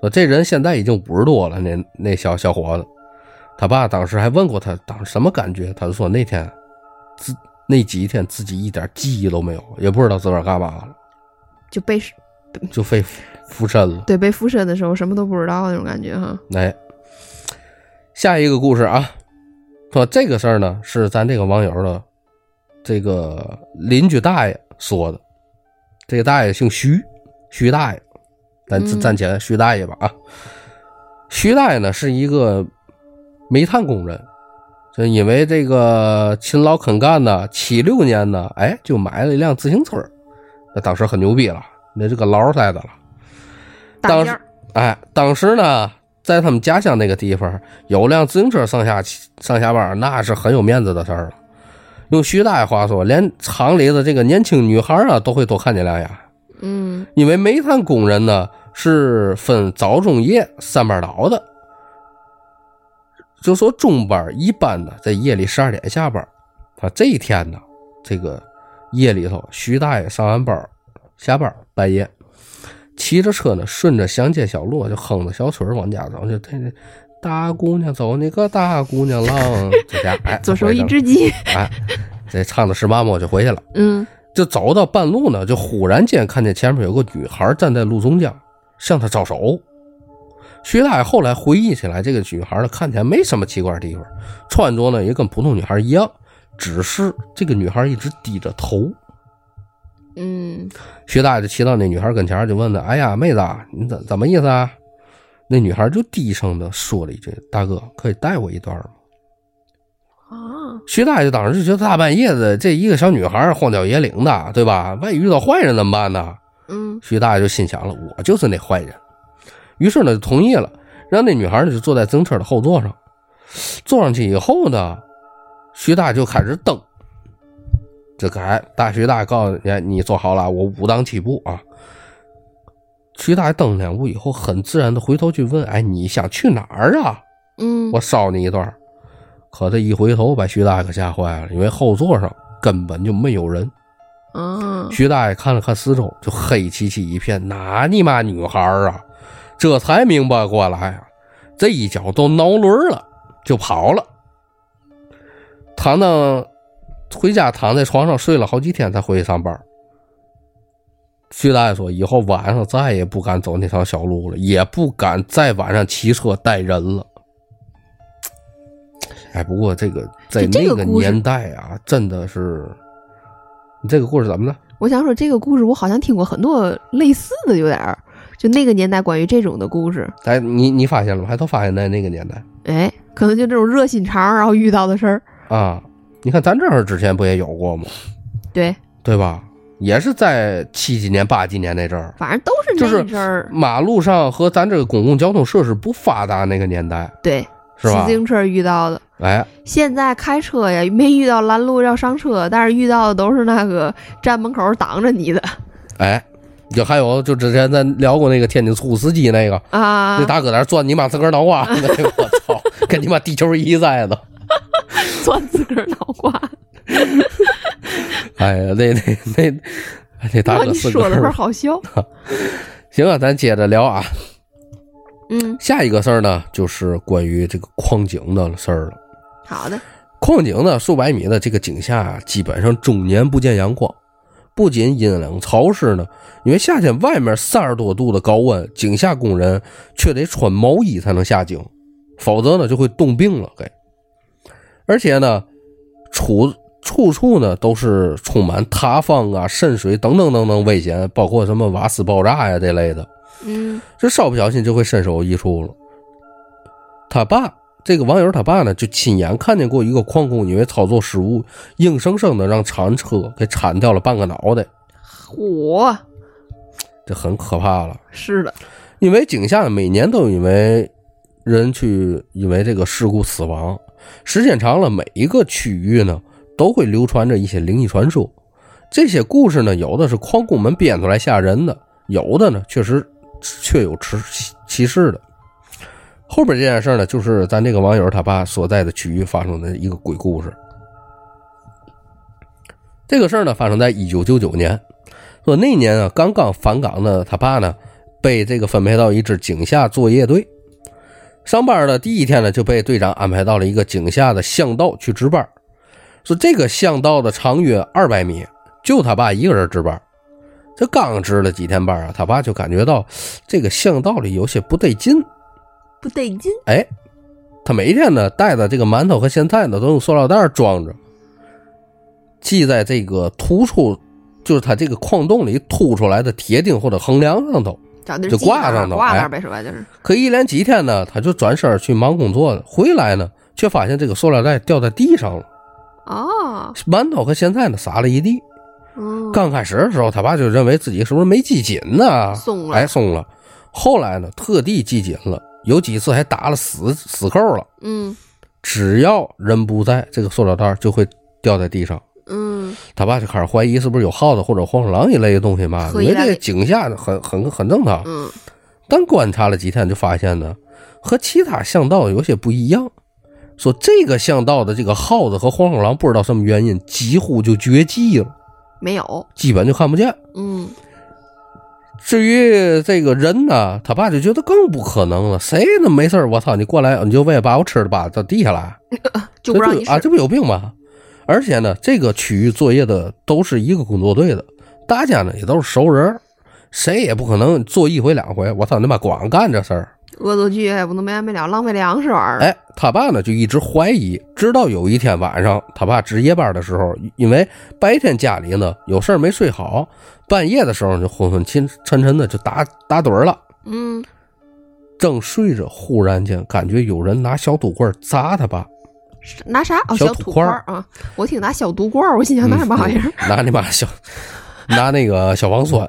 Speaker 1: 说这人现在已经五十多了，那那小小伙子，他爸当时还问过他当时什么感觉，他就说那天自那几天自己一点记忆都没有，也不知道自个儿干嘛了，
Speaker 2: 就被
Speaker 1: 就被附附身了。
Speaker 2: 对被附身的时候什么都不知道那种感觉哈。
Speaker 1: 哎，下一个故事啊，说这个事儿呢是咱这个网友的这个邻居大爷说的，这个大爷姓徐，徐大爷，咱
Speaker 2: 嗯
Speaker 1: 暂且徐大爷吧啊。徐大爷呢是一个煤炭工人，就因为这个勤劳肯干呢，七六年呢，哎，就买了一辆自行车儿，那当时很牛逼了，那这个劳儿赛的了。
Speaker 2: 大
Speaker 1: 当
Speaker 2: 件
Speaker 1: 时
Speaker 2: 儿，
Speaker 1: 哎，当时呢，在他们家乡那个地方，有辆自行车上下骑上下班，那是很有面子的事儿了。用徐大爷话说，连厂里的这个年轻女孩啊，都会多看你两眼。
Speaker 2: 嗯
Speaker 1: 因为煤炭工人呢是分早中夜三班倒的，就说中班一般的在夜里十二点下班，啊，这一天呢，这个夜里头，徐大爷上完班下班半夜，骑着车呢，顺着乡间小路就哼着小曲儿往家走，就这这大姑娘走，你个大姑娘浪，这家哎，
Speaker 2: 左手一
Speaker 1: 只
Speaker 2: 只鸡。
Speaker 1: 哎，这唱的是妈妈我就回去了。
Speaker 2: 嗯
Speaker 1: 就走到半路呢，就忽然间看见前面有个女孩站在路中间，向他招手。徐大爷后来回忆起来，这个女孩呢看起来没什么奇怪的地方，穿着呢也跟普通女孩一样，只是这个女孩一直低着头。
Speaker 2: 嗯
Speaker 1: 徐大爷就骑到那女孩跟前儿就问她：“哎呀，妹子，你怎怎么意思啊？”那女孩就低声的说了一句：“大哥，可以带我一段吗？”
Speaker 2: 啊，
Speaker 1: 徐大爷当时就觉得大半夜的，这一个小女孩儿荒郊野岭的，对吧？万一遇到坏人怎么办呢？
Speaker 2: 嗯
Speaker 1: 徐大爷就心想了，我就是那坏人。于是呢，就同意了，让那女孩呢就坐在自行车的后座上。坐上去以后呢，徐大爷就开始蹬。这个哎，大徐大爷告诉你，哎你坐好了，我武当七步啊。徐大爷蹬两步以后，很自然的回头去问：“哎，你想去哪儿啊？”
Speaker 2: 嗯，
Speaker 1: 我捎你一段儿。可他一回头，把徐大爷可吓坏了，因为后座上根本就没有人。
Speaker 2: 啊，
Speaker 1: 徐大爷看了看四周，就黑漆漆一片，哪你妈女孩儿啊？这才明白过来啊，这一脚都挠轮儿了，就跑了。躺到回家躺在床上睡了好几天，才回去上班儿。徐大爷说，以后晚上再也不敢走那条小路了，也不敢再晚上骑车带人了。哎，不过这个在
Speaker 2: 就这
Speaker 1: 那
Speaker 2: 个
Speaker 1: 个
Speaker 2: 故事
Speaker 1: 年代啊，真的是，你这个故事怎么了？
Speaker 2: 我想说这个故事，我好像听过很多类似的，有点儿，就那个年代关于这种的故事，
Speaker 1: 哎，你你发现了吗？还都发现在那个年代
Speaker 2: 哎，可能就这种热心肠，然后遇到的事儿，
Speaker 1: 啊？你看咱这儿之前不也有过吗？
Speaker 2: 对，
Speaker 1: 对吧？也是在七几年、八几年那阵儿，
Speaker 2: 反正都是
Speaker 1: 就
Speaker 2: 那
Speaker 1: 是
Speaker 2: 阵儿，
Speaker 1: 马路上和咱这个公共交通设施不发达那个年代，
Speaker 2: 对，
Speaker 1: 是
Speaker 2: 骑
Speaker 1: 吧
Speaker 2: 自？行车遇到的。
Speaker 1: 哎，
Speaker 2: 现在开车呀，没遇到拦路要上车，但是遇到的都是那个站门口挡着你的。
Speaker 1: 哎，就还有就之前咱聊过那个天津出租司机那个，
Speaker 2: 啊
Speaker 1: 那，大哥在那钻你妈自个儿脑瓜， 那个我操，跟你妈地球仪在的。
Speaker 2: 钻自个儿脑瓜。
Speaker 1: 哎呀，那那那那大
Speaker 2: 哇，
Speaker 1: 哥
Speaker 2: 你
Speaker 1: 四个
Speaker 2: 说的会儿
Speaker 1: 儿，
Speaker 2: 好笑。
Speaker 1: 行啊，咱接着聊啊。
Speaker 2: 嗯，
Speaker 1: 下一个事儿呢，就是关于这个矿井的事儿了。
Speaker 2: 好的，
Speaker 1: 矿井呢，数百米的这个井下，基本上终年不见阳光。不仅阴冷潮湿呢，因为夏天外面三十多度的高温，井下工人却得穿毛衣才能下井，否则呢就会冻病了。给，而且呢，处处处呢都是充满塌方啊、渗水等等等等危险，包括什么瓦斯爆炸呀、这类的。
Speaker 2: 嗯
Speaker 1: 这稍不小心就会身首异处了。他爸这个网友他爸呢，就亲眼看见过一个矿工因为操作失误，硬生生的让铲车给铲掉了半个脑袋，
Speaker 2: 火
Speaker 1: 这很可怕了。
Speaker 2: 是的，
Speaker 1: 因为井下每年都因为人去因为这个事故死亡，时间长了，每一个区域呢都会流传着一些灵异传说。这些故事呢，有的是矿工们编出来吓人的，有的呢确实确有其其事的。后边这件事儿呢，就是咱这个网友他爸所在的区域发生的一个鬼故事。这个事儿呢，发生在一九九九年。说那年啊，刚刚返岗的他爸呢，被这个分配到一支井下作业队。上班的第一天呢，就被队长安排到了一个井下的巷道去值班。说这个巷道的长约二百米，就他爸一个人值班。这刚值了几天班啊，他爸就感觉到这个巷道里有些不对劲。
Speaker 2: 不对劲。
Speaker 1: 哎，他每天呢带的这个馒头和咸菜呢都用塑料袋装着，系在这个突出，就是他这个矿洞里凸出来的铁钉或者横梁上头。
Speaker 2: 找地儿
Speaker 1: 就
Speaker 2: 系
Speaker 1: 挂
Speaker 2: 那儿
Speaker 1: 上头
Speaker 2: 挂
Speaker 1: 哎
Speaker 2: 那儿呗，说白就是。
Speaker 1: 可一连几天呢，他就转身去忙工作了，回来呢却发现这个塑料袋掉在地上了，
Speaker 2: 哦，
Speaker 1: 馒头和咸菜呢撒了一地。
Speaker 2: 嗯，
Speaker 1: 刚开始的时候，他爸就认为自己是不是没系紧呢，
Speaker 2: 松了
Speaker 1: 哎松了。后来呢，特地系紧了，有几次还打了死死扣了。
Speaker 2: 嗯
Speaker 1: 只要人不在，这个塑料袋就会掉在地上。
Speaker 2: 嗯，
Speaker 1: 他爸就开始怀疑是不是有耗子或者黄鼠狼一类的东西嘛，因
Speaker 2: 可以
Speaker 1: 为
Speaker 2: 了
Speaker 1: 这
Speaker 2: 解
Speaker 1: 个井下很很很正常。
Speaker 2: 嗯，
Speaker 1: 但观察了几天，就发现呢，和其他巷道有些不一样。说这个巷道的这个耗子和黄鼠狼不知道什么原因，几乎就绝迹了，
Speaker 2: 没有，
Speaker 1: 基本就看不见。
Speaker 2: 嗯
Speaker 1: 至于这个人呢，他爸就觉得更不可能了。谁能没事儿我操你过来，你就为了把我吃的吧到地下来，
Speaker 2: 就不让你
Speaker 1: 这啊，
Speaker 2: 使。
Speaker 1: 这不有病吗？而且呢，这个区域作业的都是一个工作队的，大家呢也都是熟人儿，谁也不可能做一回两回。我操你妈，光干这事儿！
Speaker 2: 恶作剧哎也不能没完没了，浪费粮食玩意儿。
Speaker 1: 哎，他爸呢就一直怀疑，直到有一天晚上，他爸值夜班的时候，因为白天家里呢有事儿没睡好，半夜的时候就昏昏沉沉的就打打盹儿了，
Speaker 2: 嗯，
Speaker 1: 正睡着，忽然间感觉有人拿小土棍儿砸他爸，
Speaker 2: 是拿啥？哦，
Speaker 1: 小
Speaker 2: 小
Speaker 1: 土
Speaker 2: 土
Speaker 1: 块
Speaker 2: 块
Speaker 1: 儿嗯
Speaker 2: 儿啊！我听拿小毒罐儿，我心想那是嘛玩意儿？
Speaker 1: 拿你妈 小，拿那个小防酸。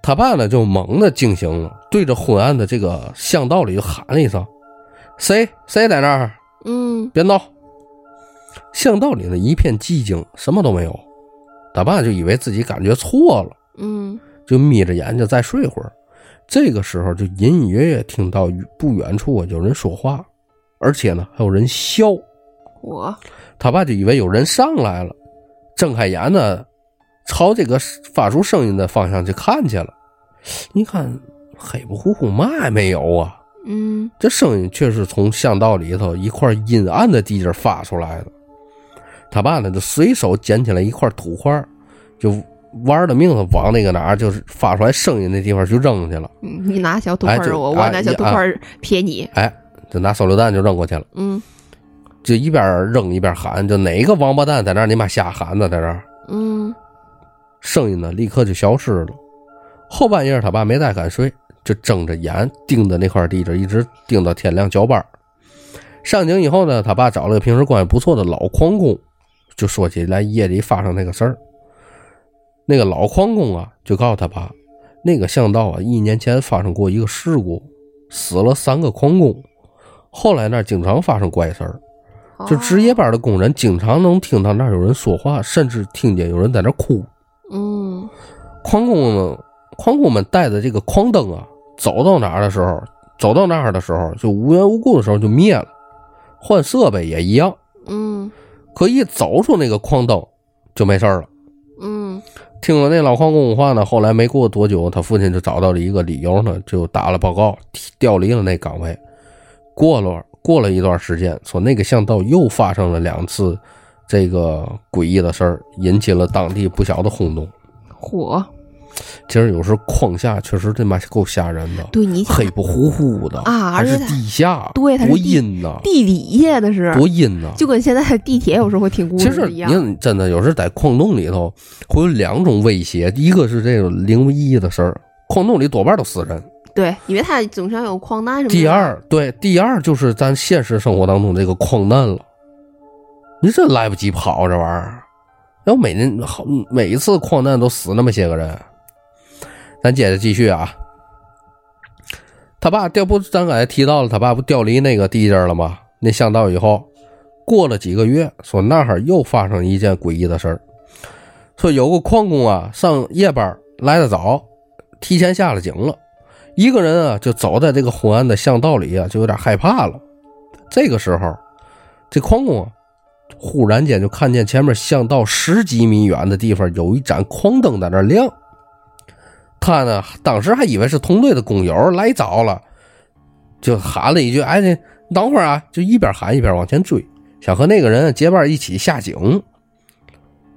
Speaker 1: 他爸呢就猛地惊醒了，对着昏暗的这个巷道里就喊了一声：“谁谁在那儿？
Speaker 2: 嗯，
Speaker 1: 别闹！”巷道里呢一片寂静，什么都没有。他爸就以为自己感觉错了，
Speaker 2: 嗯，
Speaker 1: 就眯着眼睛再睡会儿。这个时候就隐隐约约听到不远处啊有人说话，而且呢还有人笑。
Speaker 2: 我
Speaker 1: 他爸就以为有人上来了，睁开眼呢，朝这个发出声音的方向就看去了。一看黑不乎乎，嘛也没有啊！
Speaker 2: 嗯
Speaker 1: 这声音却是从巷道里头一块阴暗的地界发出来的。他爸呢，就随手捡起来一块土块儿，就玩了命的往那个哪儿，就是发出来声音的地方去扔去了。
Speaker 2: 嗯你拿小土块
Speaker 1: 哎就
Speaker 2: 儿，我
Speaker 1: 啊
Speaker 2: 我拿小
Speaker 1: 你
Speaker 2: 土块儿撇你。
Speaker 1: 哎，就拿手榴弹就扔过去了，
Speaker 2: 嗯
Speaker 1: 就一边扔一边喊，就哪个王八蛋在那儿你妈瞎喊呢，在那儿。
Speaker 2: 嗯
Speaker 1: 声音呢立刻就消失了。后半夜他爸没再敢睡，就睁着眼盯着那块地址，一直盯到天亮交班儿。上井以后呢，他爸找了个平时关系不错的老矿工，就说起来夜里发生那个事儿。那个老矿工啊，就告诉他爸，那个巷道啊，一年前发生过一个事故，死了三个矿工。后来那儿经常发生怪事儿，就值夜班的工人经常能听到那儿有人说话，甚至听见有人在那儿哭。
Speaker 2: 嗯
Speaker 1: 矿工们，矿工们带的这个矿灯啊，走到哪儿的时候，走到那儿的时候，就无缘无故的时候就灭了，换设备也一样。
Speaker 2: 嗯
Speaker 1: 可一走出那个矿灯，就没事儿了。
Speaker 2: 嗯
Speaker 1: 听了那老矿工话呢，后来没过多久，他父亲就找到了一个理由呢，就打了报告，提调离了那岗位。过了过了一段时间，说那个巷道又发生了两次这个诡异的事儿，引起了当地不小的轰动。
Speaker 2: 火，
Speaker 1: 其实有时候矿下确实他妈够吓人的，
Speaker 2: 对你想
Speaker 1: 黑不乎乎的
Speaker 2: 啊
Speaker 1: 还是
Speaker 2: 而且它
Speaker 1: 地下，
Speaker 2: 对它是
Speaker 1: 多
Speaker 2: 地
Speaker 1: 阴呐，
Speaker 2: 地底下的是，
Speaker 1: 多阴呐。
Speaker 2: 就跟现在的地铁有时候会听故
Speaker 1: 其实
Speaker 2: 事一
Speaker 1: 你
Speaker 2: 样。
Speaker 1: 看真的有时候在矿洞里头会有两种威胁，一个是这种灵异的事儿，矿洞里多半都死人。
Speaker 2: 对，因为它总像有矿难什么的。
Speaker 1: 第，二，对，第二就是咱现实生活当中这个矿难了，你这来不及跑这玩意儿，要每年好每一次矿难都死那么些个人。咱接着继续啊，他爸调不，咱刚才提到了，他爸不调离那个地界儿了吗？那巷道以后，过了几个月，说那儿又发生一件诡异的事儿，说有个矿工啊上夜班儿来得早，提前下了井了。一个人啊，就走在这个昏暗的巷道里啊，就有点害怕了。这个时候，这矿工啊，忽然间就看见前面巷道十几米远的地方有一盏矿灯在那儿亮。他呢，当时还以为是同队的工友来早了，就喊了一句：“哎，你等会儿啊！”就一边喊一边往前追，想和那个人结伴一起下井。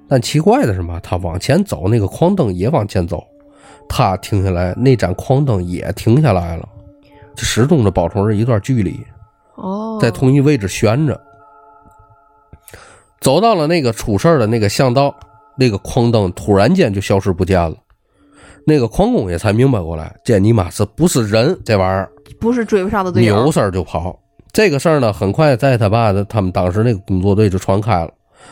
Speaker 1: 但奇怪的是嘛，他往前走，那个矿灯也往前走，他停下来，那盏矿灯也停下来了，就始终的保持着一段距离，
Speaker 2: 哦，
Speaker 1: 在同一位置悬着。走到了那个出事儿的那个巷道，那个矿灯突然间就消失不见了。那个矿工也才明白过来，这尼玛是不是人这玩意儿？
Speaker 2: 不是追不上的队友
Speaker 1: 扭。身儿就跑。这个事儿呢，很快在他爸的他们当时那个工作队就传开了。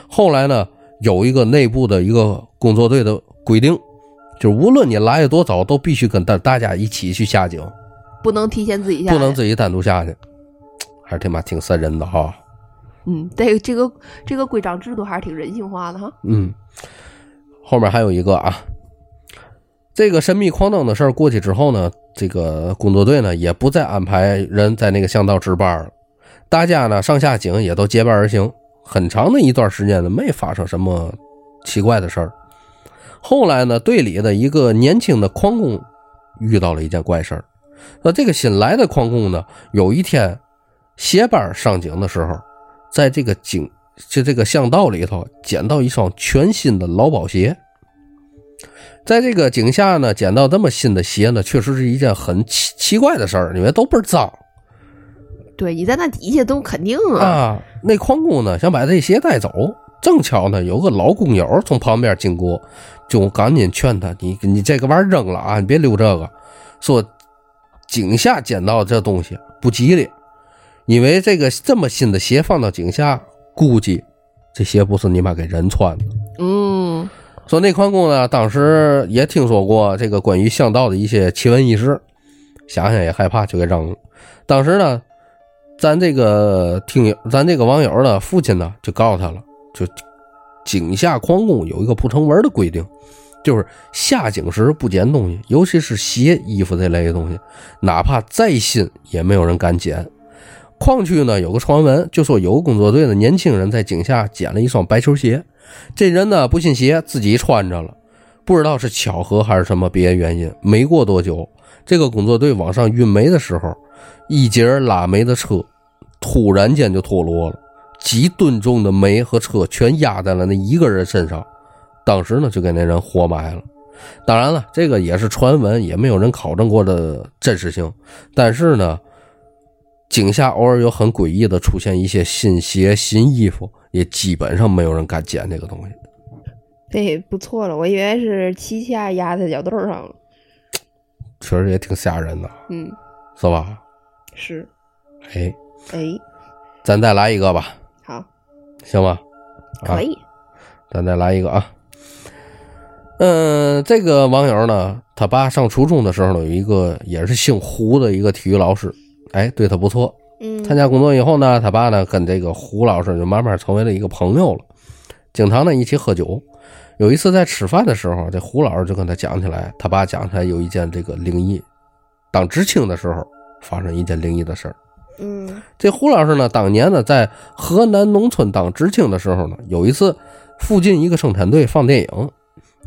Speaker 1: 后来呢，有一个内部的一个工作队的规定，就是无论你来的多早，都必须跟大大家一起去下井，
Speaker 2: 不能提前自己下来，
Speaker 1: 不能自己单独下去。还是他妈挺瘆人的哈。
Speaker 2: 嗯，这个这个这个规章制度还是挺人性化的哈。
Speaker 1: 嗯，后面还有一个啊，这个神秘矿灯的事儿过去之后呢，这个工作队呢也不再安排人在那个巷道值班了，大家呢上下井也都结伴而行，很长的一段时间呢没发生什么奇怪的事儿。后来呢，队里的一个年轻的矿工遇到了一件怪事儿。那这个新来的矿工呢，有一天歇班上井的时候，在这个井就这个巷道里头捡到一双全新的劳保鞋。在这个井下呢，捡到这么新的鞋呢，确实是一件很奇奇怪的事儿，因为都倍儿脏
Speaker 2: 对，你在那底下都肯定啊，
Speaker 1: 啊。那矿工呢想把这鞋带走，正巧呢有个老工友从旁边经过，就赶紧劝他：“你你这个玩意儿扔了啊，你别留这个。”说井下捡到这东西不吉利，因为这个这么新的鞋放到井下，估计这鞋不是你妈给人穿的。
Speaker 2: 嗯
Speaker 1: 说那矿工呢，当时也听说过这个关于巷道的一些奇闻异事，想想也害怕，就给扔了。当时呢，咱这个听友，咱这个网友的父亲呢，就告诉他了，就井下矿工有一个不成文的规定，就是下井时不捡东西，尤其是鞋、衣服这类的东西，哪怕再新也没有人敢捡。矿区呢有个传闻，就说有个工作队的年轻人在井下捡了一双白球鞋，这人呢不信邪，自己穿着了，不知道是巧合还是什么别的原因。没过多久，这个工作队往上运煤的时候，一节拉煤的车突然间就脱落了，几吨重的煤和车全压在了那一个人身上，当时呢就给那人活埋了。当然了，这个也是传闻，也没有人考证过的真实性。但是呢，井下偶尔有很诡异的出现一些新鞋、新衣服，也基本上没有人敢捡这个东西。
Speaker 2: 这也不错了。我以为是七下压在脚豆上了，
Speaker 1: 确实也挺吓人的，
Speaker 2: 嗯，
Speaker 1: 是吧？
Speaker 2: 是，
Speaker 1: 哎，
Speaker 2: 哎，
Speaker 1: 咱再来一个吧，
Speaker 2: 好，
Speaker 1: 行吧？啊
Speaker 2: 可以，
Speaker 1: 咱再来一个啊。嗯，这个网友呢，他爸上初中的时候呢，有一个也是姓胡的一个体育老师，哎，对他不错。
Speaker 2: 嗯，
Speaker 1: 参加工作以后呢，他爸呢跟这个胡老师就慢慢成为了一个朋友了，经常呢一起喝酒。有一次在吃饭的时候，这胡老师就跟他讲起来，他爸讲起来有一件这个灵异，当知青的时候发生一件灵异的事儿。
Speaker 2: 嗯
Speaker 1: 这胡老师呢，当年呢在河南农村当知青的时候呢，有一次附近一个生产队放电影，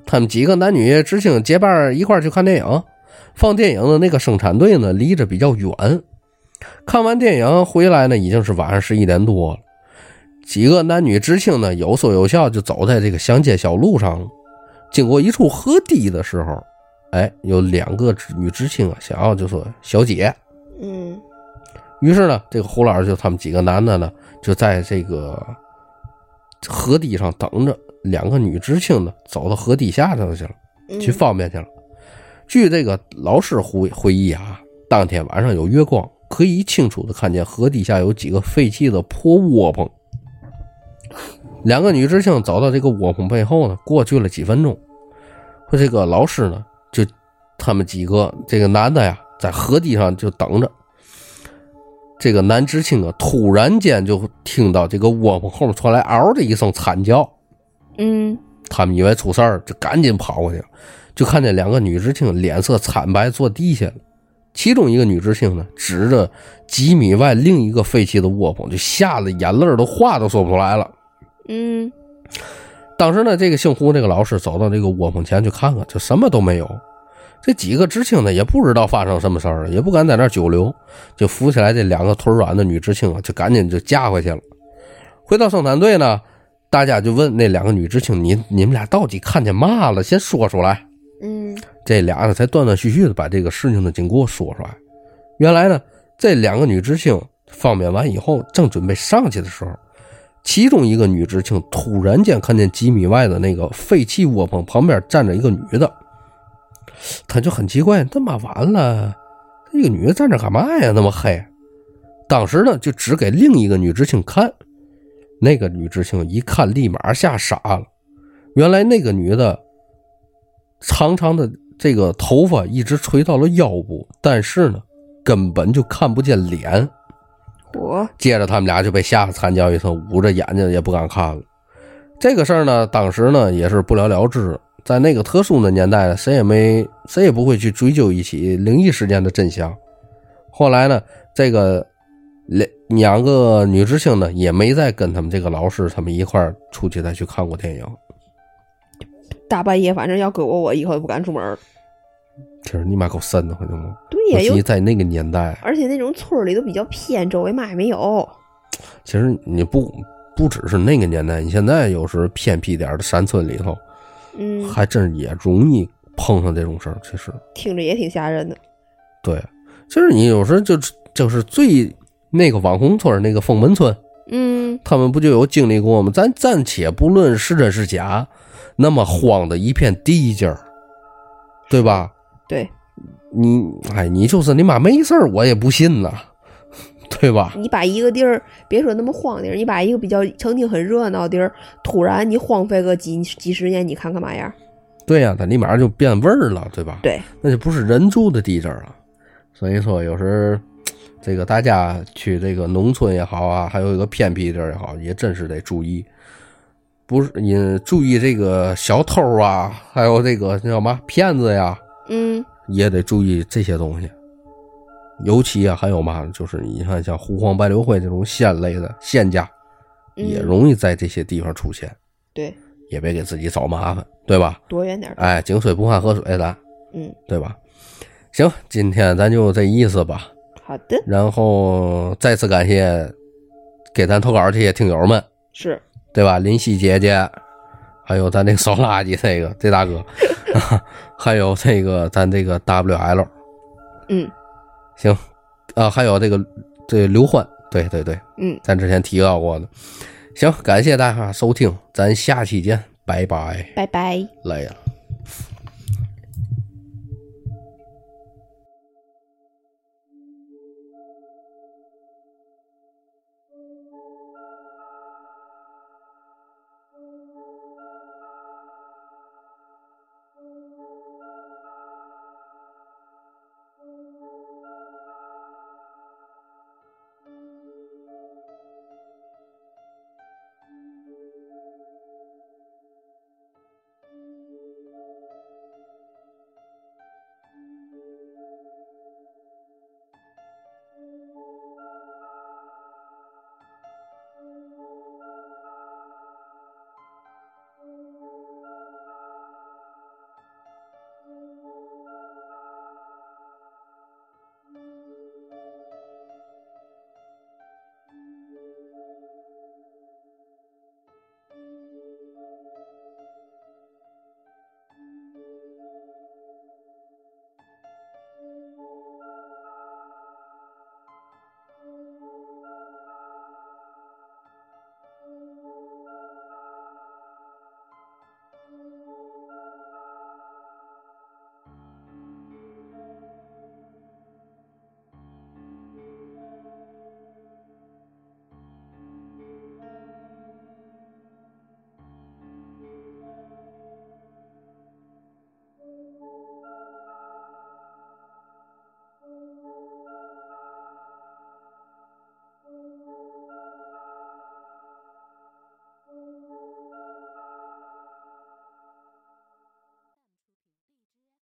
Speaker 1: 他们几个男女知青结伴儿一块儿去看电影。放电影的那个生产队呢，离着比较远。看完电影回来呢，已经是晚上十一点多了。几个男女知青呢，有说有笑，就走在这个乡间小路上了。经过一处河堤的时候，哎，有两个女知青啊，想要就说小姐，
Speaker 2: 嗯
Speaker 1: 于是呢，这个胡老师就他们几个男的呢，就在这个河堤上等着。两个女知青呢，走到河底下头去了，
Speaker 2: 嗯
Speaker 1: 去方便去了。据这个老师回回忆啊，当天晚上有月光，可以清楚的看见河底下有几个废弃的破窝棚。两个女知青走到这个窝棚背后呢，过去了几分钟，说这个老师呢，就他们几个这个男的呀，在河堤上就等着。这个男知青啊，突然间就听到这个窝棚后面传来嗷的一声惨叫，
Speaker 2: 嗯
Speaker 1: 他们以为出事儿，就赶紧跑过去了，就看见两个女知青脸色惨白坐地下了。其中一个女知青呢，指着几米外另一个废弃的窝棚，就吓得眼泪儿都话都说不出来了。
Speaker 2: 嗯
Speaker 1: 当时呢，这个姓胡这个老师走到这个窝棚前去看看，就什么都没有。这几个知青呢，也不知道发生什么事儿了，也不敢在那儿久留，就扶起来这两个腿软的女知青啊，就赶紧就架回去了。回到生产队呢，大家就问那两个女知青：“你你们俩到底看见嘛了？先说出来。”
Speaker 2: 嗯
Speaker 1: 这俩呢才断断续续的把这个事情的经过说出来。原来呢，这两个女知青方便完以后，正准备上去的时候，其中一个女知青突然间看见几米外的那个废弃窝棚旁边站着一个女的，她就很奇怪，他妈完了，这个女的站这干嘛呀？那么黑。啊当时呢，就指给另一个女知青看，那个女知青一看，立马吓傻了。原来那个女的长长的这个头发一直垂到了腰部，但是呢，根本就看不见脸。
Speaker 2: 我
Speaker 1: 接着他们俩就被吓得惨叫一声，捂着眼睛也不敢看了。这个事儿呢，当时呢也是不了了之。在那个特殊的年代，谁也没谁也不会去追究一起灵异事件的真相。后来呢，这个两两个女知青呢，也没再跟他们这个老师他们一块儿出去再去看过电影。
Speaker 2: 大半夜反正要搁我，我以后也不敢出门儿。
Speaker 1: 其实你妈够深的，反正
Speaker 2: 对
Speaker 1: 尤
Speaker 2: 呀，有
Speaker 1: 其在那个年代，
Speaker 2: 而且那种村儿里都比较偏，周围嘛也没有。
Speaker 1: 其实你不不只是那个年代，你现在有时偏僻点儿的山村里头，
Speaker 2: 嗯，
Speaker 1: 还真也容易碰上这种事儿。其实，
Speaker 2: 听着也挺吓人的。
Speaker 1: 对，其实你有时就就是最那个网红村儿那个封门村，
Speaker 2: 嗯
Speaker 1: 他们不就有经历过吗？咱暂且不论是真是假，那么荒的一片地界儿，对吧？，
Speaker 2: 对
Speaker 1: 你哎，你就是你妈没事儿，我也不信呐， 对吧？
Speaker 2: 你把一个地儿，别说那么荒地儿，你把一个比较曾经很热闹的地儿，突然你荒废个几几十年，你看看嘛样儿？
Speaker 1: 对呀、它立马就变味儿了，对吧？
Speaker 2: 对，
Speaker 1: 那就不是人住的地界儿了。所以说，有时儿这个大家去这个农村也好啊，还有一个偏僻地儿也好，也真是得注意，不是你注意这个小偷啊，还有这个那叫嘛骗子呀，
Speaker 2: 嗯
Speaker 1: 也得注意这些东西。尤其啊，还有嘛，就是你看像狐黄白柳灰这种仙类的仙家，
Speaker 2: 嗯
Speaker 1: 也容易在这些地方出现，
Speaker 2: 对，
Speaker 1: 也别给自己找麻烦，对吧？
Speaker 2: 躲远点儿。
Speaker 1: 哎，井水不犯河水的，
Speaker 2: 嗯，
Speaker 1: 对吧？行，今天咱就这意思吧。
Speaker 2: 好的，
Speaker 1: 然后再次感谢给咱投稿这些听友们，
Speaker 2: 是
Speaker 1: 对吧？林夕姐姐，还有咱这个扫垃圾这个这大哥， 还有这个咱这个 WL，
Speaker 2: 嗯
Speaker 1: 行啊，还有这个这刘欢，对对对，
Speaker 2: 嗯，
Speaker 1: 咱之前提到过的。行，感谢大家收听，咱下期见，拜拜，
Speaker 2: 拜拜。
Speaker 1: 累了。